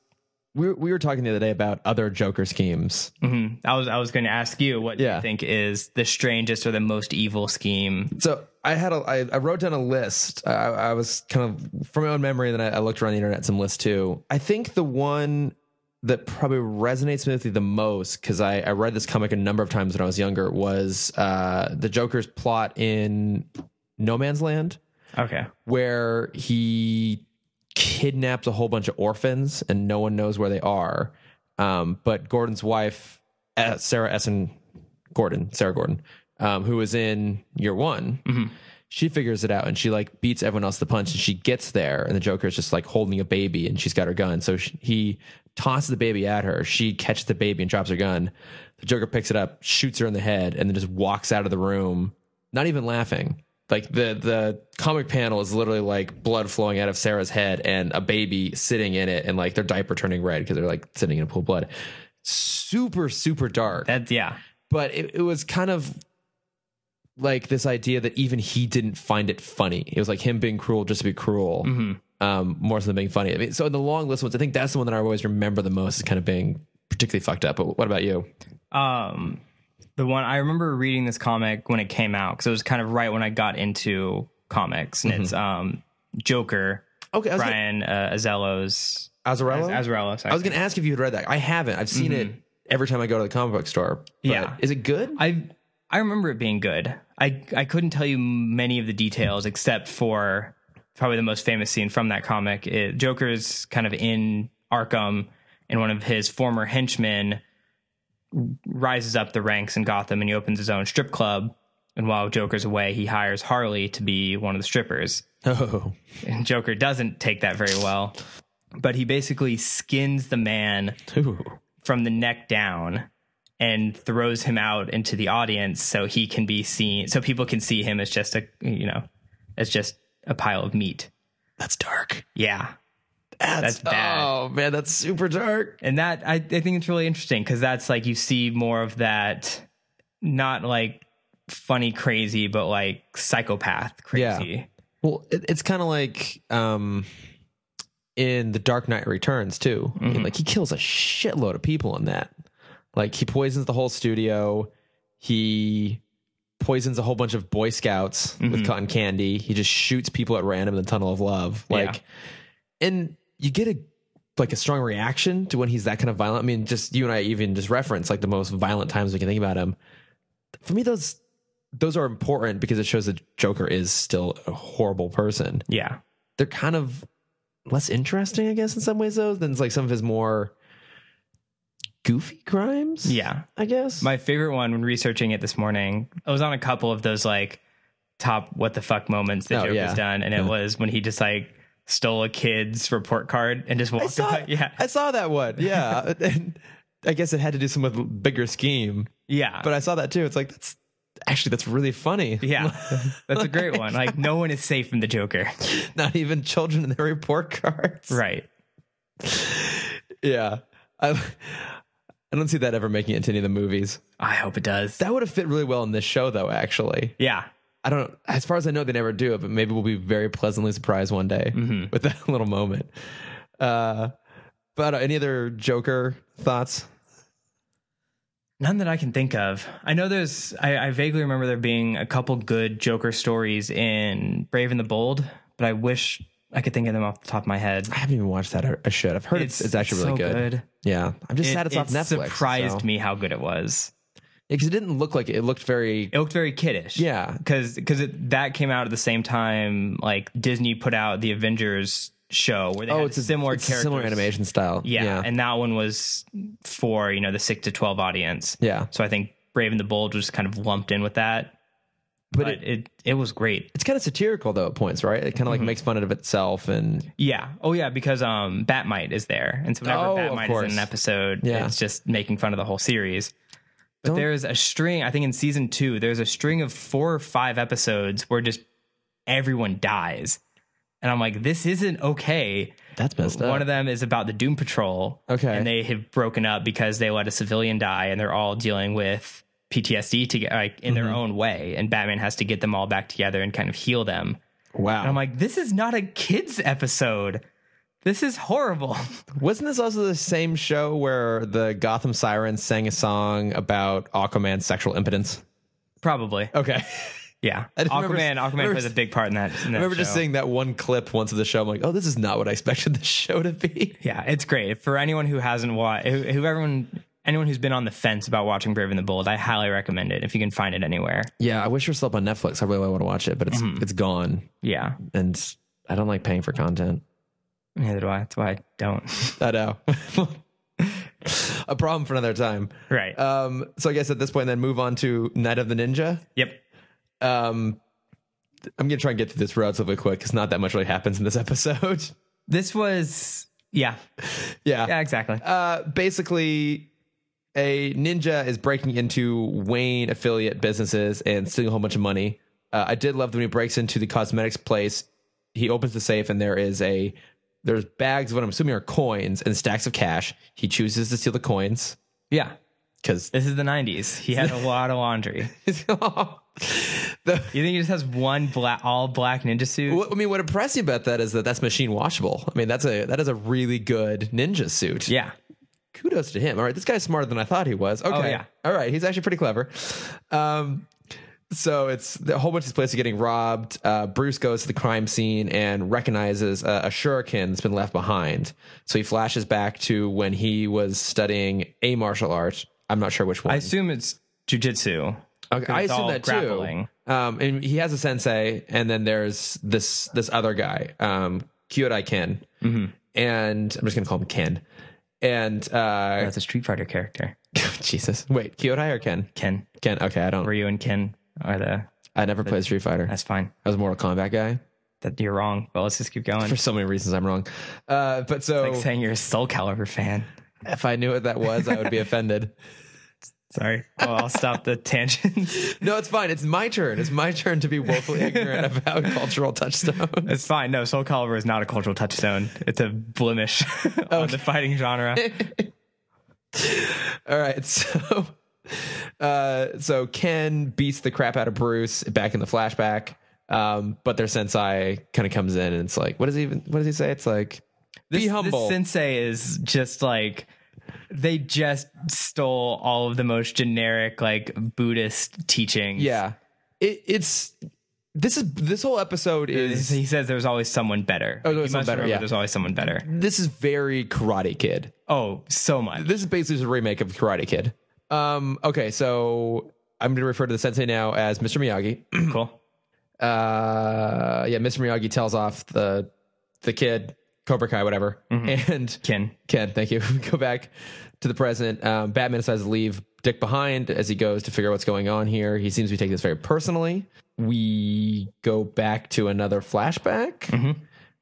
Speaker 1: we were, we were talking the other day about other Joker schemes.
Speaker 2: hmm I was. I was going to ask you what do
Speaker 1: Yeah.
Speaker 2: you think is the strangest or the most evil scheme.
Speaker 1: So I had a I, I wrote down a list. I, I was kind of from my own memory. Then I, I looked around the internet some lists too. I think the one that probably resonates with me the most because I, I read this comic a number of times when I was younger was uh, the Joker's plot in No Man's Land.
Speaker 2: Okay.
Speaker 1: where he kidnaps a whole bunch of orphans and no one knows where they are. Um, but Gordon's wife, uh, Sarah Essen Gordon, Sarah Gordon, um, who was in year one, she figures it out and she like beats everyone else to the punch and she gets there and the Joker is just like holding a baby and she's got her gun. So she, he tosses the baby at her. She catches the baby and drops her gun. The Joker picks it up, shoots her in the head, and then just walks out of the room not even laughing. Like the the comic panel is literally like blood flowing out of Sarah's head and a baby sitting in it and like their diaper turning red because they're like sitting in a pool of blood. Super super dark.
Speaker 2: That's yeah.
Speaker 1: But it, it was kind of like this idea that even he didn't find it funny. It was like him being cruel just to be cruel. Um, more so than being funny. I mean, so in the long list ones, I think that's the one that I always remember the most is kind of being particularly fucked up. But what about you?
Speaker 2: um the one i remember reading this comic when it came out because it was kind of right when i got into comics and it's um joker
Speaker 1: Okay, I was gonna,
Speaker 2: brian uh, azello's
Speaker 1: Azarello?
Speaker 2: azarello
Speaker 1: I was going to ask if you had read that. I haven't. I've seen it every time I go to the comic book store. But
Speaker 2: Mm-hmm. Yeah.
Speaker 1: Is it good?
Speaker 2: i i remember it being good i i couldn't tell you many of the details except for probably the most famous scene from that comic it, joker's kind of in arkham and one of his former henchmen rises up the ranks in Gotham and he opens his own strip club. And while Joker's away, he hires Harley to be one of the strippers.
Speaker 1: oh.
Speaker 2: And Joker doesn't take that very well. But he basically skins the man from the neck down and throws him out into the audience so he can be seen so people can see him as just a you know as just a pile of meat.
Speaker 1: That's dark.
Speaker 2: Yeah.
Speaker 1: That's,
Speaker 2: That's bad.
Speaker 1: Oh, man. That's super dark.
Speaker 2: and that I, I think it's really interesting because that's like you see more of that not like funny crazy but like psychopath crazy
Speaker 1: Well, it, it's kind of like um, in The Dark Knight Returns, too. I mean,
Speaker 2: Mm-hmm.
Speaker 1: like, he kills a shitload of people in that. Like, he poisons the whole studio. He poisons a whole bunch of Boy Scouts
Speaker 2: Mm-hmm.
Speaker 1: with cotton candy. He just shoots people at random in the Tunnel of Love.
Speaker 2: Yeah.
Speaker 1: Like, and you get a like a strong reaction to when he's that kind of violent. I mean, just you and I even just reference like the most violent times we can think about him. For me, those those are important because it shows that Joker is still a horrible person.
Speaker 2: Yeah.
Speaker 1: They're kind of less interesting, I guess, in some ways though, than like some of his more goofy crimes.
Speaker 2: Yeah.
Speaker 1: I guess.
Speaker 2: My favorite one when researching it this morning, I was on a couple of those like top what the fuck moments that
Speaker 1: Oh,
Speaker 2: Joker's
Speaker 1: yeah.
Speaker 2: done, and it
Speaker 1: Yeah.
Speaker 2: was when he just like stole a kid's report card and just
Speaker 1: I
Speaker 2: walked
Speaker 1: saw.
Speaker 2: away. Yeah,
Speaker 1: I saw that one. Yeah. and I guess it had to do some with bigger scheme,
Speaker 2: yeah,
Speaker 1: but I saw that too. It's like that's actually that's really funny.
Speaker 2: yeah. That's a great one. Like no one is safe from the Joker,
Speaker 1: Not even children in their report cards.
Speaker 2: right?
Speaker 1: Yeah. I I don't see that ever making it into any of the movies.
Speaker 2: I hope it does.
Speaker 1: That would have fit really well in this show though, actually.
Speaker 2: yeah,
Speaker 1: I don't as far as I know they never do it, but maybe we'll be very pleasantly surprised one day
Speaker 2: Mm-hmm.
Speaker 1: with that little moment. Uh but uh, any other Joker thoughts?
Speaker 2: none that I can think of. I know there's. I, I vaguely remember there being a couple good Joker stories in Brave and the Bold, but I wish I could think of them off the top of my head.
Speaker 1: I haven't even watched that. I- I should. I've heard it's, it's, actually really
Speaker 2: so
Speaker 1: good. Yeah, I'm just
Speaker 2: It,
Speaker 1: sad it's
Speaker 2: it
Speaker 1: off Netflix.
Speaker 2: surprised me how good it was.
Speaker 1: because it didn't look like it. It looked very
Speaker 2: it looked very kiddish.
Speaker 1: yeah.
Speaker 2: because that came out at the same time like Disney put out the Avengers show where they
Speaker 1: Oh,
Speaker 2: had
Speaker 1: it's a
Speaker 2: similar
Speaker 1: it's a
Speaker 2: characters,
Speaker 1: similar animation style.
Speaker 2: Yeah,
Speaker 1: yeah,
Speaker 2: and that one was for you know the six to twelve audience.
Speaker 1: yeah.
Speaker 2: So I think Brave and the Bold was kind of lumped in with that,
Speaker 1: But,
Speaker 2: but,
Speaker 1: it,
Speaker 2: it, it was great.
Speaker 1: it's kind of satirical though at points, right? It kind of
Speaker 2: Mm-hmm.
Speaker 1: like makes fun of itself and
Speaker 2: Yeah. Oh yeah, because um Batmite is there, and so whenever
Speaker 1: Oh, of
Speaker 2: Batmite
Speaker 1: course.
Speaker 2: is in an episode,
Speaker 1: Yeah.
Speaker 2: it's just making fun of the whole series. But
Speaker 1: Don't-
Speaker 2: there's a string. I think in season two, there's a string of four or five episodes where just everyone dies, and I'm like, this isn't okay.
Speaker 1: that's messed up.
Speaker 2: One of them is about the Doom Patrol.
Speaker 1: Okay.
Speaker 2: And they have broken up because they let a civilian die and they're all dealing with PTSD to like in
Speaker 1: Mm-hmm.
Speaker 2: their own way. And Batman has to get them all back together and kind of heal them.
Speaker 1: wow.
Speaker 2: And I'm like, this is not a kids episode. This is horrible.
Speaker 1: Wasn't this also the same show where the Gotham Sirens sang a song about Aquaman's sexual impotence?
Speaker 2: Probably.
Speaker 1: Okay.
Speaker 2: Yeah.
Speaker 1: Oh, I just
Speaker 2: Aquaman
Speaker 1: remember-
Speaker 2: Aquaman
Speaker 1: remember-
Speaker 2: plays a big part in that.
Speaker 1: I
Speaker 2: In that
Speaker 1: remember just
Speaker 2: show.
Speaker 1: seeing that one clip once of the show. I'm like, oh, this is not what I expected this show to be.
Speaker 2: Yeah, it's great. For anyone who hasn't watched who, who everyone anyone who's been on the fence about watching Brave and the Bold, I highly recommend it if you can find it anywhere.
Speaker 1: Yeah, I wish it was still up on Netflix. I really want to watch it, but it's
Speaker 2: Mm-hmm.
Speaker 1: it's gone.
Speaker 2: Yeah.
Speaker 1: And I don't like paying for content.
Speaker 2: Neither do I. That's why I don't.
Speaker 1: I know. a problem for another time.
Speaker 2: right.
Speaker 1: Um, so I guess at this point then move on to Night of the Ninja.
Speaker 2: Yep.
Speaker 1: Um I'm gonna try and get through this relatively quick because not that much really happens in this episode.
Speaker 2: This was yeah. Yeah, exactly.
Speaker 1: uh, basically a ninja is breaking into Wayne affiliate businesses and stealing a whole bunch of money. Uh, I did love that when he breaks into the cosmetics place, he opens the safe and there is a there's bags of what I'm assuming are coins and stacks of cash. He chooses to steal the coins
Speaker 2: Yeah.
Speaker 1: because
Speaker 2: This is the 90s. He had a lot of laundry.
Speaker 1: the
Speaker 2: You think he just has one black all black ninja suit?
Speaker 1: what, I mean, what impressed me about that is that that's machine washable. I mean, that's a that is a really good ninja suit.
Speaker 2: Yeah. Oh,
Speaker 1: kudos to him. All right, this guy's smarter than I thought he was. Okay.
Speaker 2: yeah.
Speaker 1: All right, he's actually pretty clever. Um, so it's a whole bunch of these places are getting robbed. Uh, Bruce goes to the crime scene and recognizes a, a shuriken that's been left behind. So he flashes back to when he was studying a martial art. I'm not sure which one.
Speaker 2: I assume it's jujitsu.
Speaker 1: Okay, I
Speaker 2: it's
Speaker 1: assume
Speaker 2: all
Speaker 1: that
Speaker 2: grappling.
Speaker 1: too. Um, and he has a sensei, and then there's this this other guy, um, Kyodai Ken,
Speaker 2: Mm-hmm.
Speaker 1: and I'm just gonna call him Ken. And uh,
Speaker 2: That's a Street Fighter character.
Speaker 1: Jesus, wait, Kyodai or Ken?
Speaker 2: Ken.
Speaker 1: Ken. Okay, I don't.
Speaker 2: Ryu and Ken are the
Speaker 1: I never played Street Fighter.
Speaker 2: that's fine.
Speaker 1: I was a Mortal Kombat guy.
Speaker 2: That you're wrong. But let's just keep going.
Speaker 1: For so many reasons, I'm wrong. Uh, but so
Speaker 2: Like saying you're a Soul Calibur fan.
Speaker 1: if I knew what that was, I would be offended.
Speaker 2: Sorry. Well, I'll stop the tangents.
Speaker 1: No, it's fine. It's my turn. It's my turn to be woefully ignorant about cultural touchstones.
Speaker 2: It's fine. No, Soul Calibur is not a cultural touchstone. It's a blemish on the fighting genre.
Speaker 1: All right, so uh, so Ken beats the crap out of Bruce back in the flashback. Um, but their sensei kind of comes in and it's like, what does he even? What does he say? It's like, be
Speaker 2: this,
Speaker 1: humble.
Speaker 2: This sensei is just like they just stole all of the most generic like Buddhist teachings.
Speaker 1: yeah, it, it's this is this whole episode is
Speaker 2: He says there's always someone better.
Speaker 1: Oh, there's
Speaker 2: You
Speaker 1: always someone
Speaker 2: must
Speaker 1: better,
Speaker 2: remember
Speaker 1: yeah.
Speaker 2: There's always someone better.
Speaker 1: this is very Karate Kid.
Speaker 2: Oh, so much.
Speaker 1: This is basically just a remake of Karate Kid. Um, okay, so I'm going to refer to the sensei now as Mr. Miyagi.
Speaker 2: cool.
Speaker 1: Uh, yeah, Mr. Miyagi tells off the the kid, Cobra Kai, whatever, and
Speaker 2: Ken.
Speaker 1: Ken, thank you. We Go back to the present. Um, Batman decides to leave Dick behind as he goes to figure out what's going on here. He seems to be taking this very personally. We go back to another flashback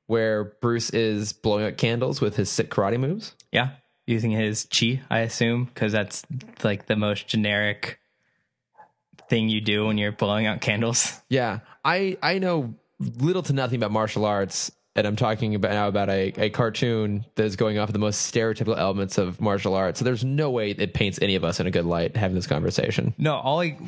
Speaker 1: where Bruce is blowing out candles with his sick karate moves.
Speaker 2: Yeah. Using his chi, I assume, because that's like the most generic thing you do when you're blowing out candles.
Speaker 1: Yeah, I I know little to nothing about martial arts, and I'm talking about now about a, a cartoon that is going off of the most stereotypical elements of martial arts. So there's no way it paints any of us in a good light having this conversation.
Speaker 2: No, all like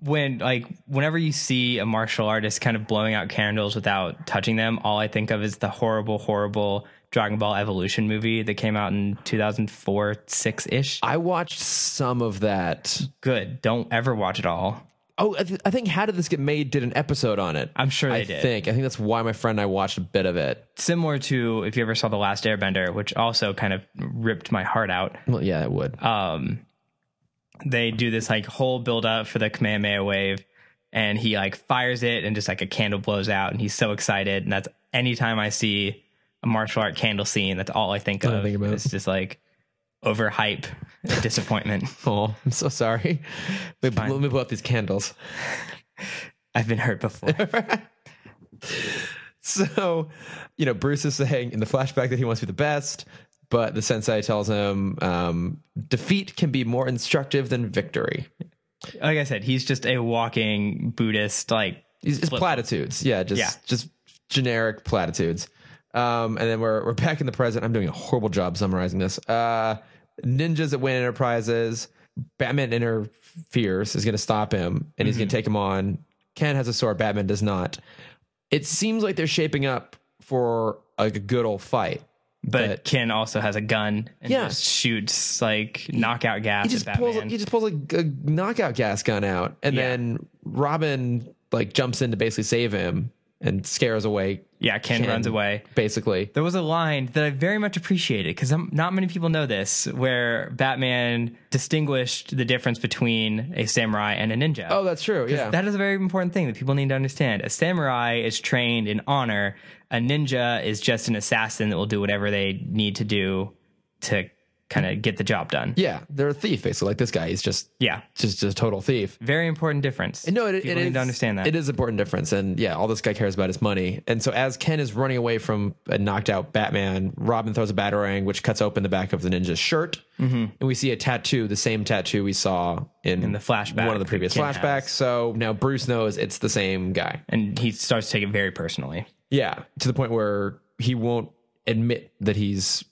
Speaker 2: when like whenever you see a martial artist kind of blowing out candles without touching them, all I think of is the horrible, horrible Dragon Ball Evolution movie that came out in 2004, six ish.
Speaker 1: I watched some of that.
Speaker 2: Good. Don't ever watch it all.
Speaker 1: Oh, I, th- I think How Did This Get Made did an episode on it.
Speaker 2: I'm sure they
Speaker 1: I
Speaker 2: did.
Speaker 1: think. I think that's why my friend and I watched a bit of it.
Speaker 2: Similar to if you ever saw The Last Airbender, which also kind of ripped my heart out.
Speaker 1: Well, yeah, it would.
Speaker 2: um they do this like whole build up for the Kamehameha wave and he like fires it and just like a candle blows out and he's so excited and that's anytime I see a martial art candle scene, that's all I think
Speaker 1: I
Speaker 2: of.
Speaker 1: think about.
Speaker 2: It's just like overhype and disappointment.
Speaker 1: oh, I'm so sorry. Let me, let me blow up these candles.
Speaker 2: I've been hurt before.
Speaker 1: So, you know, Bruce is saying in the flashback that he wants to be the best, but the sensei tells him um, defeat can be more instructive than victory.
Speaker 2: like I said, he's just a walking Buddhist like
Speaker 1: It's, it's
Speaker 2: Flip.
Speaker 1: platitudes, yeah, just
Speaker 2: Yeah.
Speaker 1: just generic platitudes. Um, and then we're we're back in the present. I'm doing a horrible job summarizing this. Uh, ninjas at Wayne Enterprises. Batman interferes, is going to stop him, and he's going to take him on. Ken has a sword. Batman does not. It seems like they're shaping up for like a good old fight.
Speaker 2: but,
Speaker 1: But-
Speaker 2: Ken also has a gun and
Speaker 1: Yeah.
Speaker 2: just shoots like knockout gas
Speaker 1: he just
Speaker 2: at
Speaker 1: pulls
Speaker 2: Batman.
Speaker 1: he just pulls a, a knockout gas gun out and
Speaker 2: Yeah.
Speaker 1: then robin like jumps in to basically save him and scares away
Speaker 2: yeah, Ken runs away.
Speaker 1: basically
Speaker 2: there was a line that I very much appreciated because not many people know this, where Batman distinguished the difference between a samurai and a ninja.
Speaker 1: oh that's true yeah
Speaker 2: That is a very important thing that people need to understand. A samurai is trained in honor. A ninja is just an assassin that will do whatever they need to do to kind of get the job done.
Speaker 1: yeah they're a thief basically like this guy he's just
Speaker 2: Yeah.
Speaker 1: just, just a total thief
Speaker 2: Very important difference.
Speaker 1: no it, it
Speaker 2: people need
Speaker 1: is-
Speaker 2: to understand that.
Speaker 1: it is an important difference and yeah all this guy cares about is money and so as ken is running away from a knocked out batman robin throws a batarang which cuts open the back of the ninja's shirt and we see a tattoo the same tattoo we saw in,
Speaker 2: Mm-hmm. the flashback
Speaker 1: one of the
Speaker 2: that
Speaker 1: previous
Speaker 2: Ken has.
Speaker 1: flashbacks so now bruce knows it's the same guy
Speaker 2: and he starts to take it very personally.
Speaker 1: Yeah, to the point where he won't admit that he's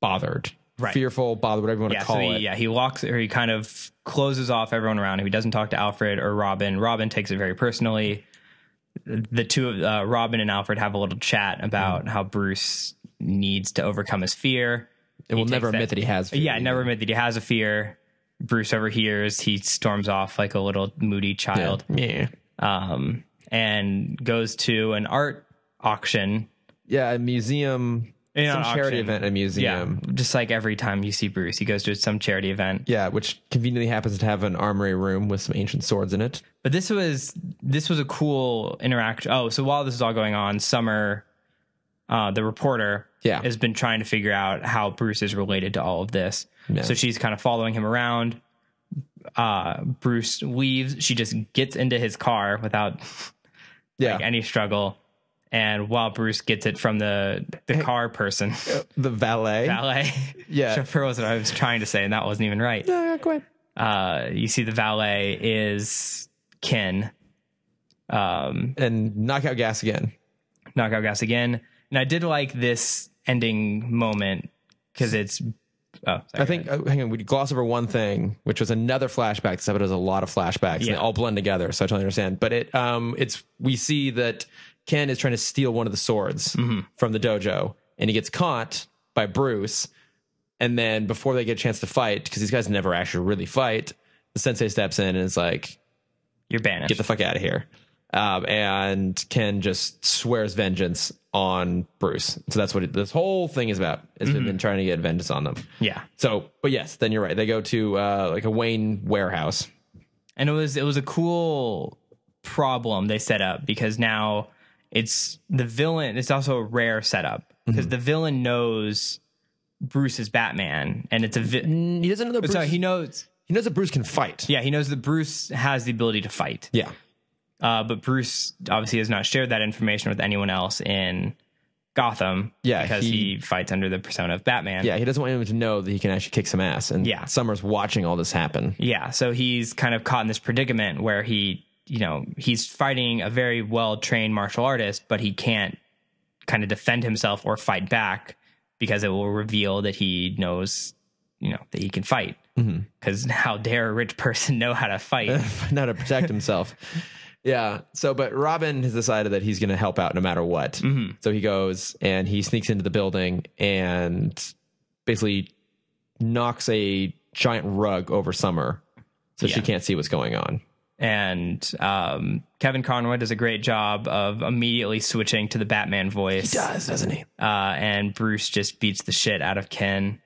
Speaker 1: bothered,
Speaker 2: Right.
Speaker 1: fearful, bothered, whatever you want
Speaker 2: Yeah,
Speaker 1: to call
Speaker 2: so he,
Speaker 1: it.
Speaker 2: yeah, he walks or he kind of closes off everyone around him. He doesn't talk to Alfred or Robin. Robin takes it very personally. The two of uh, Robin and Alfred have a little chat
Speaker 1: Mm.
Speaker 2: about how Bruce needs to overcome his fear.
Speaker 1: and will
Speaker 2: He
Speaker 1: never
Speaker 2: takes
Speaker 1: admit that he has. Fear.
Speaker 2: Yeah, never admit that he has a fear. Bruce overhears. He storms off like a little moody child
Speaker 1: Yeah,
Speaker 2: um, and goes to an art auction.
Speaker 1: yeah. A museum,
Speaker 2: Yeah,
Speaker 1: some
Speaker 2: an
Speaker 1: charity
Speaker 2: auction.
Speaker 1: event, at a
Speaker 2: Yeah,
Speaker 1: museum. Yeah.
Speaker 2: just like every time you see Bruce, he goes to some charity event.
Speaker 1: which conveniently happens to have an armory room with some ancient swords in it.
Speaker 2: But this was this was a cool interaction. Oh, so while this is all going on, Summer, uh, the reporter,
Speaker 1: Yeah.
Speaker 2: has been trying to figure out how Bruce is related to all of this.
Speaker 1: Yeah.
Speaker 2: So she's kind of following him around. Uh, Bruce leaves. She just gets into his car without
Speaker 1: Yeah,
Speaker 2: any struggle. And while Bruce gets it from the the car person,
Speaker 1: Uh, the valet.
Speaker 2: valet,
Speaker 1: Yeah.
Speaker 2: chauffeur was what I was trying to say, and that wasn't even right
Speaker 1: No, not quite.
Speaker 2: uh, you see the valet is Ken. Um,
Speaker 1: And knockout gas again.
Speaker 2: knockout gas again, and I did like this ending moment because it's. Oh, sorry,
Speaker 1: I think. Uh, hang on, we gloss over one thing, which was another flashback. This episode has a lot of flashbacks, and they
Speaker 2: Yeah.
Speaker 1: all blend together, so I totally understand. But it, um, it's we see that Ken is trying to steal one of the swords from the dojo, and he gets caught by Bruce. And then before they get a chance to fight, because these guys never actually really fight, the sensei steps in and is like,
Speaker 2: you're banished.
Speaker 1: "Get the fuck out of here." Um, and Ken just swears vengeance on Bruce. So that's what it, this whole thing is about. Is they've been trying to get vengeance on them.
Speaker 2: yeah,
Speaker 1: So, but yes, then you're right. They go to uh, like a Wayne warehouse.
Speaker 2: and it was it was a cool problem they set up because now it's the villain. It's also a rare setup because the villain knows Bruce is Batman, and it's a vi-
Speaker 1: He doesn't know that Mm, Bruce.
Speaker 2: so he
Speaker 1: he,
Speaker 2: knows.
Speaker 1: knows that Bruce can fight.
Speaker 2: Yeah, he knows that Bruce has the ability to fight.
Speaker 1: Yeah.
Speaker 2: Uh, but Bruce obviously has not shared that information with anyone else in Gotham.
Speaker 1: Yeah,
Speaker 2: because he,
Speaker 1: he-
Speaker 2: fights under the persona of Batman.
Speaker 1: Yeah, he doesn't want anyone to know that he can actually kick some ass. And
Speaker 2: Yeah.
Speaker 1: Summer's watching all this happen.
Speaker 2: Yeah, so he's kind of caught in this predicament where he, you know, he's fighting a very well trained martial artist, but he can't kind of defend himself or fight back because it will reveal that he knows, you know, that he can fight.
Speaker 1: Mm-hmm.
Speaker 2: Because how dare a rich person know how to fight?
Speaker 1: know how to protect himself. yeah. So, but Robin has decided that he's going to help out no matter what. So he goes and he sneaks into the building and basically knocks a giant rug over Summer so she
Speaker 2: Yeah.
Speaker 1: can't see what's going on.
Speaker 2: and um, Kevin Conroy does a great job of immediately switching to the Batman voice.
Speaker 1: does, doesn't he?
Speaker 2: uh, and Bruce just beats the shit out of Ken.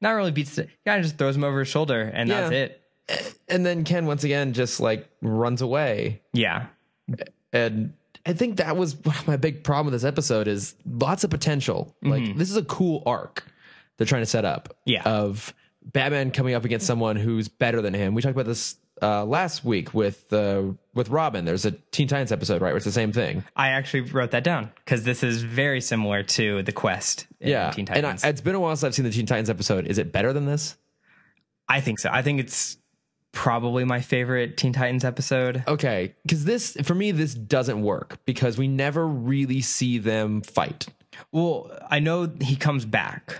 Speaker 2: Not really beats the guy, just throws him over his shoulder, and that's
Speaker 1: Yeah.
Speaker 2: it.
Speaker 1: And then Ken once again just like runs away.
Speaker 2: Yeah,
Speaker 1: And I think that was my big problem with this episode is lots of potential. Like this is a cool arc they're trying to set up.
Speaker 2: Mm-hmm. Yeah.
Speaker 1: Of Batman coming up against someone who's better than him. We talked about this uh, last week with uh, with Robin. There's a Teen Titans episode, right? Where it's the same thing.
Speaker 2: I actually wrote that down because this is very similar to the quest. In
Speaker 1: yeah.
Speaker 2: Teen Titans.
Speaker 1: And I,
Speaker 2: I,
Speaker 1: it's been a while since I've seen the Teen Titans episode. Is it better than this?
Speaker 2: think so. I think it's probably my favorite Teen Titans episode.
Speaker 1: Okay, because this for me this doesn't work because we never really see them fight.
Speaker 2: Well, I know he comes back.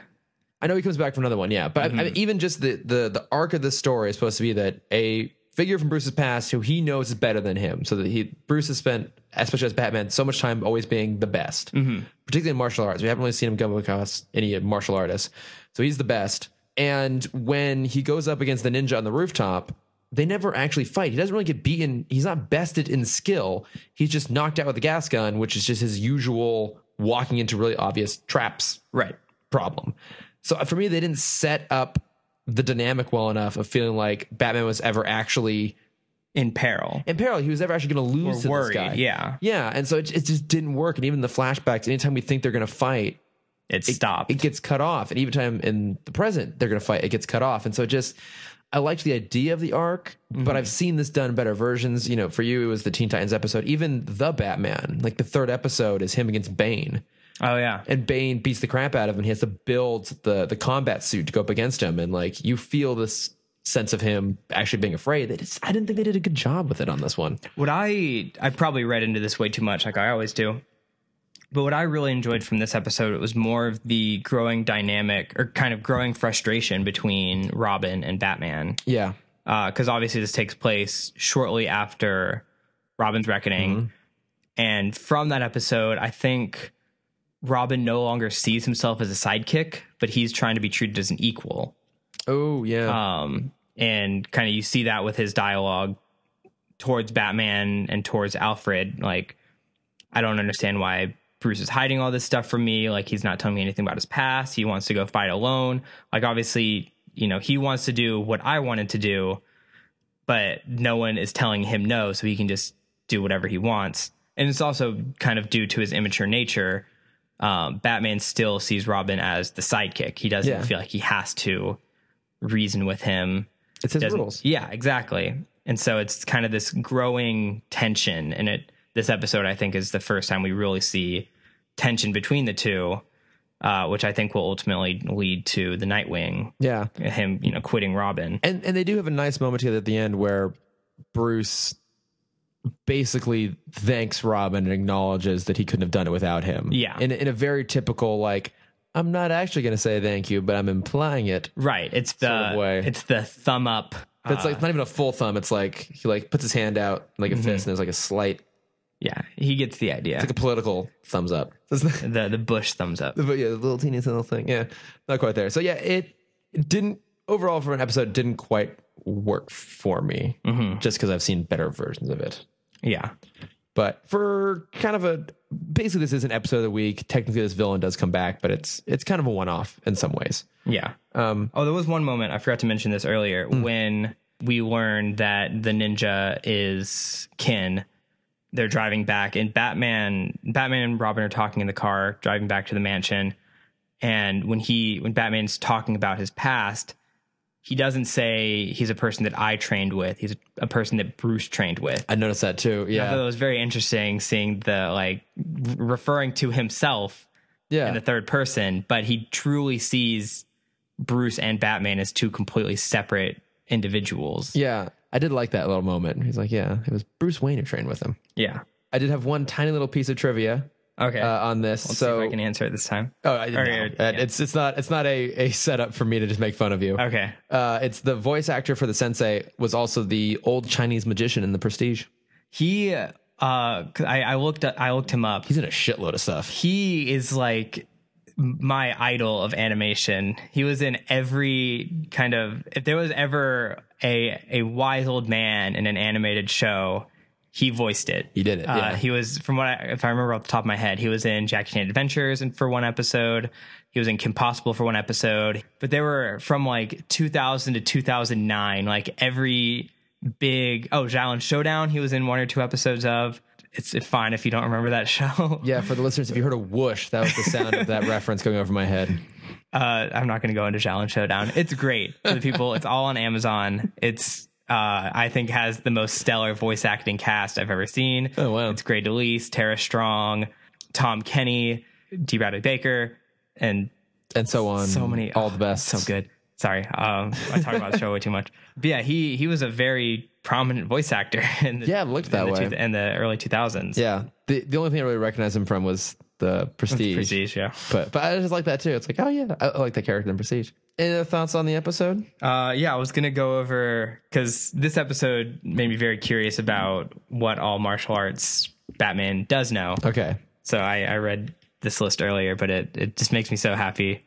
Speaker 1: I know he comes back for another one, yeah. But I- I, even just the, the the arc of the story is supposed to be that a figure from Bruce's past who he knows is better than him, so that he Bruce has spent, especially as Batman, so much time always being the best, particularly in martial arts. We haven't really seen him come across any martial artists, so he's the best. And when he goes up against the ninja on the rooftop, they never actually fight. He doesn't really get beaten. He's not bested in skill. He's just knocked out with a gas gun, which is just his usual walking into really obvious traps
Speaker 2: Right.
Speaker 1: problem. So uh, for me, they didn't set up the dynamic well enough of feeling like Batman was ever actually
Speaker 2: In peril.
Speaker 1: in peril. He was ever actually going to lose to
Speaker 2: Worried.
Speaker 1: this guy.
Speaker 2: Yeah.
Speaker 1: yeah. And so it, it just didn't work. And even the flashbacks, anytime we think they're going to fight,
Speaker 2: It, stopped.
Speaker 1: it gets cut off. And even time in the present, they're going to fight, it gets cut off. And so it just, I liked the idea of the arc,
Speaker 2: Mm-hmm.
Speaker 1: but I've seen this done in better versions. You know, for you, it was the Teen Titans episode, even the Batman. Like the third episode is him against Bane
Speaker 2: oh yeah.
Speaker 1: and Bane beats the crap out of him. He has to build the the combat suit to go up against him, and like you feel this sense of him actually being afraid. They just, I didn't think they did a good job with it on this one.
Speaker 2: What I I probably read into this way too much, like I always do. But what I really enjoyed from this episode it was more of the growing dynamic or kind of growing frustration between Robin and Batman.
Speaker 1: Yeah,
Speaker 2: Because Uh, obviously this takes place shortly after Robin's reckoning. And from that episode, I think Robin no longer sees himself as a sidekick, but he's trying to be treated as an equal
Speaker 1: Oh yeah.
Speaker 2: um, and kind of you see that with his dialogue towards Batman and towards Alfred. Like, I don't understand why Bruce is hiding all this stuff from me. Like, he's not telling me anything about his past. He wants to go fight alone. Like, obviously, you know, he wants to do what I wanted to do, but no one is telling him no, so he can just do whatever he wants. And it's also kind of due to his immature nature. Um, Batman still sees Robin as the sidekick. He doesn't
Speaker 1: Yeah.
Speaker 2: feel like he has to reason with him.
Speaker 1: it's his
Speaker 2: Doesn't-
Speaker 1: rules.
Speaker 2: Yeah, exactly. And so it's kind of this growing tension. And it this episode, I think, is the first time we really see tension between the two, uh, which I think will ultimately lead to the Nightwing,
Speaker 1: Yeah,
Speaker 2: him, you know, quitting Robin.
Speaker 1: and and they do have a nice moment together at the end where Bruce basically thanks Robin and acknowledges that he couldn't have done it without him.
Speaker 2: Yeah.
Speaker 1: in in a very typical like. I'm not actually going to say thank you, but I'm implying it.
Speaker 2: Right. It's the
Speaker 1: Sort of way.
Speaker 2: it's the thumb up.
Speaker 1: That's like not even a full thumb. It's like he like puts his hand out like a fist, and there's like a slight
Speaker 2: Yeah, he gets the idea.
Speaker 1: like a political thumbs up. That's not-
Speaker 2: the the Bush thumbs up.
Speaker 1: but yeah, the little teeny little thing. Yeah, not quite there. So yeah, it it didn't overall for an episode didn't quite work for me just because I've seen better versions of it.
Speaker 2: Yeah.
Speaker 1: But for kind of a basically this is an episode of the week. Technically, this villain does come back, but it's it's kind of a one off in some ways.
Speaker 2: Yeah.
Speaker 1: Um,
Speaker 2: Oh, there was one moment I forgot to mention this earlier when we learn that the ninja is Kin. They're driving back, and Batman, Batman and Robin are talking in the car, driving back to the mansion. And when he, when Batman's talking about his past, he doesn't say he's a person that I trained with. He's a person that Bruce trained with.
Speaker 1: I noticed that too.
Speaker 2: I thought it
Speaker 1: Yeah.
Speaker 2: was very interesting seeing the like r- referring to himself in
Speaker 1: Yeah.
Speaker 2: the third person, but he truly sees Bruce and Batman as two completely separate individuals.
Speaker 1: Yeah. I did like that little moment. He's like, yeah, it was Bruce Wayne who trained with him.
Speaker 2: Yeah.
Speaker 1: I did have one tiny little piece of trivia
Speaker 2: Okay.
Speaker 1: uh, on this.
Speaker 2: Let's
Speaker 1: so
Speaker 2: see if I can answer it this time.
Speaker 1: Oh, I didn't.
Speaker 2: Or,
Speaker 1: know.
Speaker 2: uh,
Speaker 1: Uh,
Speaker 2: yeah.
Speaker 1: It's it's not it's not a a setup for me to just make fun of you.
Speaker 2: Okay.
Speaker 1: Uh, it's the voice actor for the sensei was also the old Chinese magician in The Prestige.
Speaker 2: He uh 'cause I, I looked up, I looked him up.
Speaker 1: He's in a shitload of stuff.
Speaker 2: He is like my idol of animation. He was in every kind of if there was ever a a wise old man in an animated show, he voiced it.
Speaker 1: He did it.
Speaker 2: Uh,
Speaker 1: yeah.
Speaker 2: He was, from what I, if I remember off the top of my head, he was in Jackie Chan Adventures and for one episode. He was in Kim Possible for one episode. But they were from like 2000 to 2009, like every big, oh, Xiaolin Showdown, he was in one or two episodes of. It's fine if you don't remember that show.
Speaker 1: yeah, for the listeners, if you heard a whoosh, that was the sound of that reference going over my head.
Speaker 2: Uh, I'm not going to go into Shaolin Showdown. It's great for the people. it's all on Amazon. It's uh, I think has the most stellar voice acting cast I've ever seen.
Speaker 1: Oh, wow.
Speaker 2: It's Gray Delise, Tara Strong, Tom Kenny, D. Bradley Baker, and
Speaker 1: And so on.
Speaker 2: so many.
Speaker 1: All
Speaker 2: oh,
Speaker 1: the best.
Speaker 2: So good. Sorry, um, I talked about the show way too much. But yeah, he he was a very prominent voice actor. In the,
Speaker 1: Yeah, it looked that
Speaker 2: in the
Speaker 1: way.
Speaker 2: two- in the early 2000s.
Speaker 1: Yeah. The the only thing I really recognized him from was the Prestige.
Speaker 2: Prestige, yeah.
Speaker 1: But but I just like that too. It's like, oh yeah, I, I like that character in Prestige. Any other thoughts on the episode?
Speaker 2: Uh, yeah, I was gonna go over because this episode made me very curious about what all martial arts Batman does know.
Speaker 1: Okay.
Speaker 2: So I, I read this list earlier, but it it just makes me so happy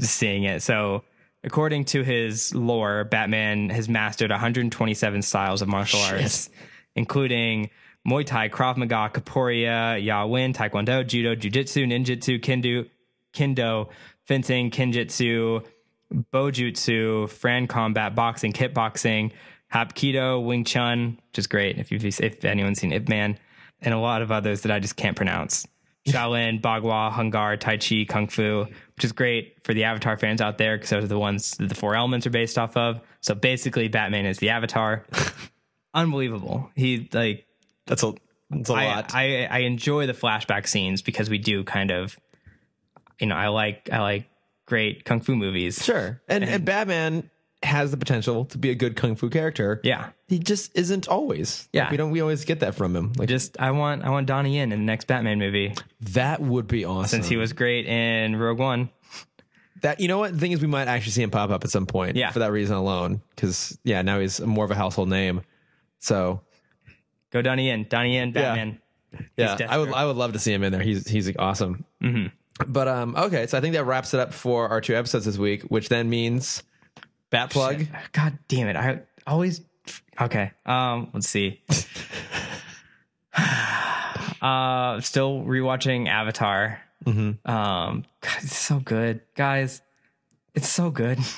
Speaker 2: just seeing it. So according to his lore, Batman has mastered 127 styles of martial arts, including Muay Thai, Krav Maga, Kaporia, Yawin, Taekwondo, Judo, Jiu-Jitsu, Ninjutsu, Kendo, Kendo, fencing, Kenjutsu, Bojutsu, Fran combat, boxing, kickboxing, Hapkido, Wing Chun, which is great if you've if anyone's seen Ip Man, and a lot of others that I just can't pronounce. Shaolin, Bagua, Hungar, Tai Chi, Kung Fu, which is great for the Avatar fans out there because those are the ones that the four elements are based off of. So basically, Batman is the Avatar. Unbelievable. He like
Speaker 1: That's a that's a
Speaker 2: I, I I enjoy the flashback scenes because we do kind of, you know, I like I like great kung fu movies.
Speaker 1: Sure. And, and Batman has the potential to be a good kung fu character.
Speaker 2: Yeah.
Speaker 1: He just isn't always. Like,
Speaker 2: Yeah.
Speaker 1: we don't we always get that from him. Like
Speaker 2: Just I want I want Donnie Yen in the next Batman movie
Speaker 1: that would be awesome.
Speaker 2: since he was great in Rogue One.
Speaker 1: that you know what? The thing is we might actually see him pop up at some point
Speaker 2: Yeah.
Speaker 1: for that reason alone. Because yeah, now he's more of a household name. So
Speaker 2: Go Donnie Yen, Donnie Yen, Batman.
Speaker 1: yeah,
Speaker 2: He's Mm-hmm.
Speaker 1: I would
Speaker 2: Deathstroke.
Speaker 1: I would love to see him in there. He's he's awesome. But um okay, so I think that wraps it up for our two episodes this week, which then means Batplug.
Speaker 2: God damn it! I always okay. Um, let's see. uh, still rewatching Avatar. Mm-hmm. Um, God, it's so good, guys. It's so good.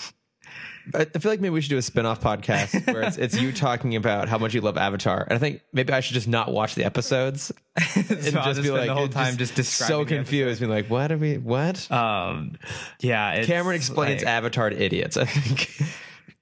Speaker 1: I I feel like maybe we should do a spin-off podcast where it's, it's you talking about how much you love Avatar. And I think maybe I should just not watch the episodes and
Speaker 2: So I'll just spend the whole time just
Speaker 1: so
Speaker 2: describing the
Speaker 1: confused, being like, "What are we? What?"
Speaker 2: Um, yeah, it's
Speaker 1: Cameron explains
Speaker 2: like-
Speaker 1: Avatar to idiots. I think.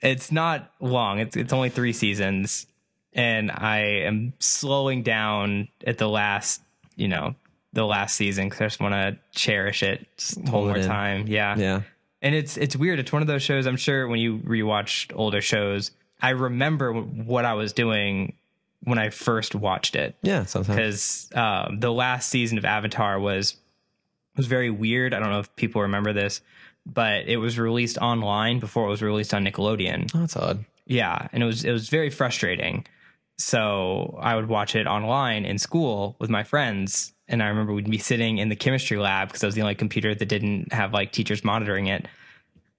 Speaker 2: it's not long. It's it's only three seasons, and I am slowing down at the last, you know, the last season because I just want to cherish it just one
Speaker 1: Hold it
Speaker 2: more
Speaker 1: in.
Speaker 2: time. Yeah,
Speaker 1: yeah,
Speaker 2: And it's it's weird. It's one of those shows. I'm sure when you rewatch older shows, I remember w- what I was doing when I first watched it
Speaker 1: yeah. Sometimes.
Speaker 2: because um, the last season of Avatar was was very weird. I don't know if people remember this, but it was released online before it was released on Nickelodeon.
Speaker 1: Oh, that's odd.
Speaker 2: Yeah, and it was it was very frustrating. So I would watch it online in school with my friends, and I remember we'd be sitting in the chemistry lab because I was the only computer that didn't have like teachers monitoring it.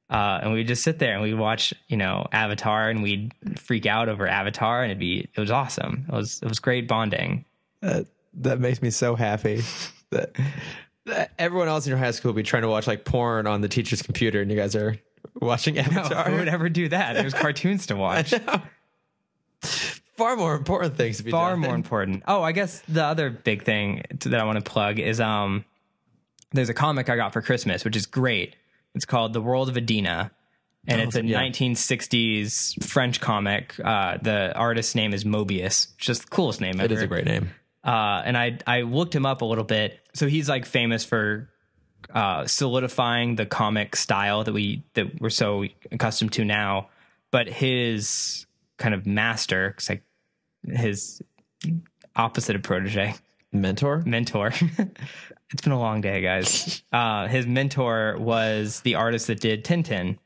Speaker 2: Uh, and we'd just sit there and we'd watch, you know, Avatar, and we'd freak out over Avatar, and it'd be it was awesome. It was it was great bonding.
Speaker 1: That that makes me so happy. That, that everyone else in your high school will be trying to watch like porn on the teacher's computer, and you guys are watching
Speaker 2: No,
Speaker 1: Avatar.
Speaker 2: who would ever do that? There's cartoons to watch.
Speaker 1: Far more important things to be
Speaker 2: Far
Speaker 1: done.
Speaker 2: more important. Oh, I guess the other big thing t- that I want to plug is um, there's a comic I got for Christmas, which is great. It's called The World of Edina, and it's a
Speaker 1: Oh, yeah.
Speaker 2: 1960s French comic. Uh, the artist's name is Mobius, which is the coolest name ever.
Speaker 1: It is a great name.
Speaker 2: uh, and I I looked him up a little bit. So he's like famous for uh, solidifying the comic style that we that we're so accustomed to now. But his kind of master, 'cause, like his opposite of protege,
Speaker 1: Mentor.
Speaker 2: mentor. it's been a long day, guys. Uh, his mentor was the artist that did Tintin,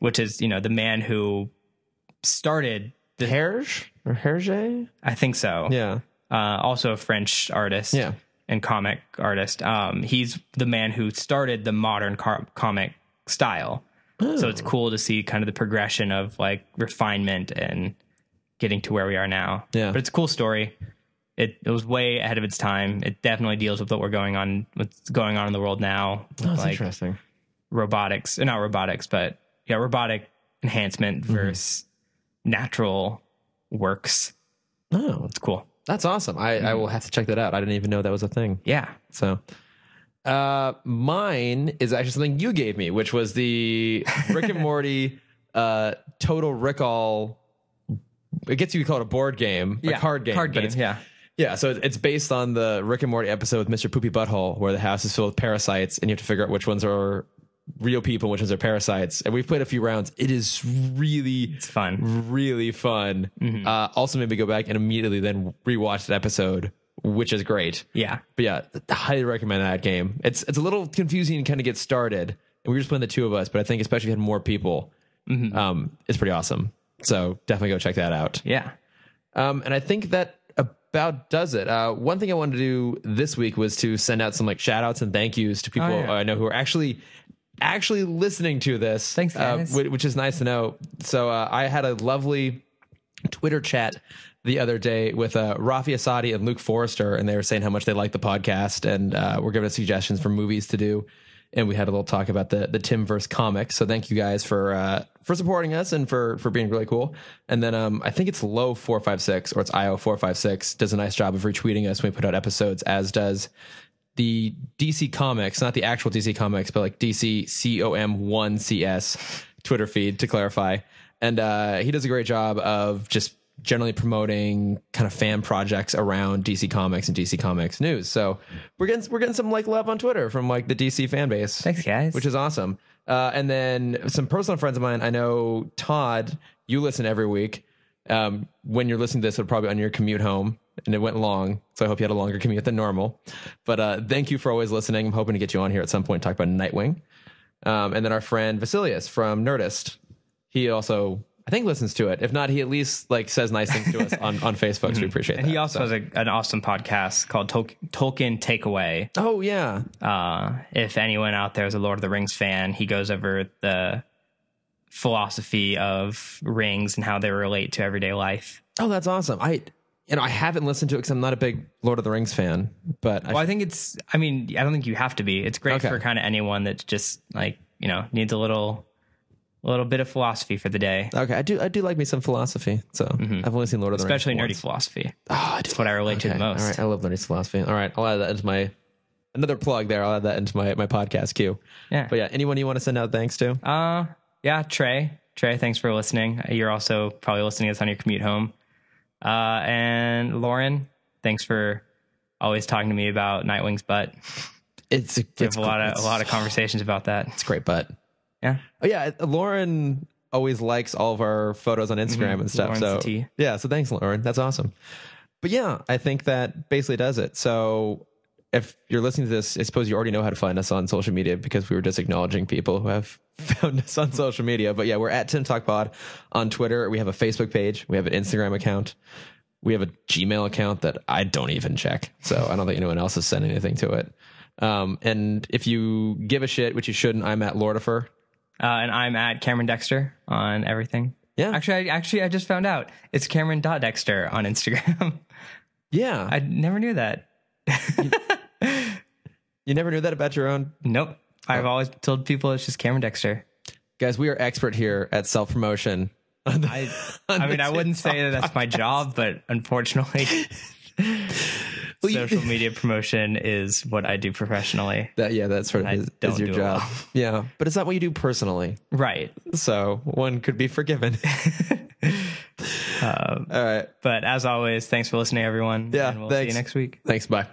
Speaker 2: which is you know the man who started. The,
Speaker 1: Herge or Herge?
Speaker 2: I think so
Speaker 1: Yeah.
Speaker 2: uh, also a French artist
Speaker 1: Yeah.
Speaker 2: and comic artist. Um, he's the man who started the modern car- comic style. So
Speaker 1: Oh.
Speaker 2: it's cool to see kind of the progression of like refinement and getting to where we are now.
Speaker 1: Yeah.
Speaker 2: But it's a cool story. It, it was way ahead of its time. It definitely deals with what we're going on, what's going on in the world now. with,
Speaker 1: Oh, That's
Speaker 2: like
Speaker 1: interesting.
Speaker 2: robotics, not robotics, but yeah, robotic enhancement
Speaker 1: Mm-hmm.
Speaker 2: versus natural works.
Speaker 1: Oh,
Speaker 2: It's cool.
Speaker 1: that's awesome. I, I will have to check that out. I didn't even know that was a thing.
Speaker 2: Yeah.
Speaker 1: So, uh, mine is actually something you gave me, which was the Rick and Morty uh, Total Recall. It gets you call it a board game, a card game.
Speaker 2: Card
Speaker 1: but
Speaker 2: game.
Speaker 1: it's-
Speaker 2: Yeah.
Speaker 1: Yeah, so it's based on the Rick and Morty episode with Mr. Poopy Butthole, where the house is filled with parasites, and you have to figure out which ones are real people, and which ones are parasites. And we've played a few rounds. It is really,
Speaker 2: It's fun. Mm-hmm.
Speaker 1: really fun. Uh, also made me go back and immediately then rewatch that episode, which is great.
Speaker 2: Yeah.
Speaker 1: But yeah, highly recommend that game. It's it's a little confusing to kind of get started, and we were just playing the two of us. But I think especially if you had more people,
Speaker 2: Mm-hmm.
Speaker 1: um, it's pretty awesome. So definitely go check that out.
Speaker 2: Yeah.
Speaker 1: Um, and I think that about does it. Uh, one thing I wanted to do this week was to send out some like shout outs and thank yous to people uh,
Speaker 2: Oh, yeah.
Speaker 1: I know who are actually actually listening to this.
Speaker 2: Thanks,
Speaker 1: uh,
Speaker 2: guys.
Speaker 1: whi- which is nice to know. So uh, I had a lovely Twitter chat the other day with uh, Rafi Asadi and Luke Forrester, and they were saying how much they like the podcast and uh, were giving us suggestions for movies to do. And we had a little talk about the the Tim verse comics. So thank you guys for uh, for supporting us and for for being really cool. And then um, I think it's low four five six or it's io four five six does a nice job of retweeting us when we put out episodes, as does the DC Comics, not the actual DC Comics, but like DC COM one CS Twitter feed to clarify. And uh, he does a great job of just generally promoting kind of fan projects around DC Comics and DC Comics news. So we're getting we're getting some like love on Twitter from like the DC fan base.
Speaker 2: Thanks, guys.
Speaker 1: Which is awesome. Uh, and then some personal friends of mine. I know Todd, you listen every week. Um, when you're listening to this, it'll probably be on your commute home, and it went long. So I hope you had a longer commute than normal. But uh, thank you for always listening. I'm hoping to get you on here at some point to talk about Nightwing. Um, and then our friend Vasilius from Nerdist. He also, I think, listens to it. If not, he at least like says nice things to us on, on Facebook. So we appreciate
Speaker 2: Hmm. and
Speaker 1: that.
Speaker 2: he also has a, an awesome podcast called Tol- Tolkien Takeaway.
Speaker 1: oh yeah,
Speaker 2: Uh, if anyone out there is a Lord of the Rings fan, he goes over the philosophy of rings and how they relate to everyday life.
Speaker 1: oh that's awesome. I you know I haven't listened to it because I'm not a big Lord of the Rings fan, but I
Speaker 2: Well, I think it's, I mean, I don't think you have to be. It's great
Speaker 1: Okay.
Speaker 2: for kind of anyone that's just like, you know, needs a little, a little bit of philosophy for the day,
Speaker 1: Okay, I do. I do like me some philosophy. So I've only seen Lord of the
Speaker 2: Mm-hmm. especially nerdy
Speaker 1: Rings.
Speaker 2: philosophy.
Speaker 1: nerdy. Oh, I do
Speaker 2: It's what I relate to the
Speaker 1: Okay, All
Speaker 2: most.
Speaker 1: right, I love nerdy philosophy. All right, I'll add that into my another plug there. I'll add that into my my podcast queue.
Speaker 2: Yeah.
Speaker 1: But yeah, anyone you want to send out thanks to?
Speaker 2: Uh, yeah, Trey. Trey, thanks for listening. You're also probably listening to this on your commute home. Uh, and Lauren, thanks for always talking to me about Nightwing's butt.
Speaker 1: it's it's
Speaker 2: We have a lot of a lot of conversations about that.
Speaker 1: It's great, but
Speaker 2: Yeah,
Speaker 1: oh yeah, Lauren always likes all of our photos on Instagram and stuff.
Speaker 2: Mm-hmm. Lauren's
Speaker 1: so
Speaker 2: the T.
Speaker 1: yeah, so thanks, Lauren. That's awesome. But yeah, I think that basically does it. So if you're listening to this, I suppose you already know how to find us on social media because we were just acknowledging people who have found us on social media. But yeah, we're at Tim Talk Pod on Twitter. We have a Facebook page. We have an Instagram account. We have a Gmail account that I don't even check. So I don't think anyone else has sent anything to it. Um, and if you give a shit, which you shouldn't, I'm at Lordifer.
Speaker 2: uh, and I'm at Cameron Dexter on everything.
Speaker 1: Yeah.
Speaker 2: actually, I, actually, I just found out it's Cameron dot Dexter on Instagram.
Speaker 1: Yeah.
Speaker 2: I never knew that.
Speaker 1: you never knew that about your own. Oh.
Speaker 2: Nope, I've always told people it's just Cameron Dexter.
Speaker 1: Guys, we are expert here at self promotion.
Speaker 2: I, I mean, I wouldn't say that that's my job, but unfortunately,
Speaker 1: you-
Speaker 2: social media promotion is what I do professionally.
Speaker 1: That yeah, that's sort of
Speaker 2: I
Speaker 1: is,
Speaker 2: don't
Speaker 1: is your
Speaker 2: do it
Speaker 1: job.
Speaker 2: well.
Speaker 1: Yeah, but it's not what you do personally,
Speaker 2: Right.
Speaker 1: so one could be forgiven.
Speaker 2: Um,
Speaker 1: All right,
Speaker 2: Uh, but as always, thanks for listening, everyone.
Speaker 1: Yeah,
Speaker 2: And we'll see
Speaker 1: thanks.
Speaker 2: you next week.
Speaker 1: thanks. Bye.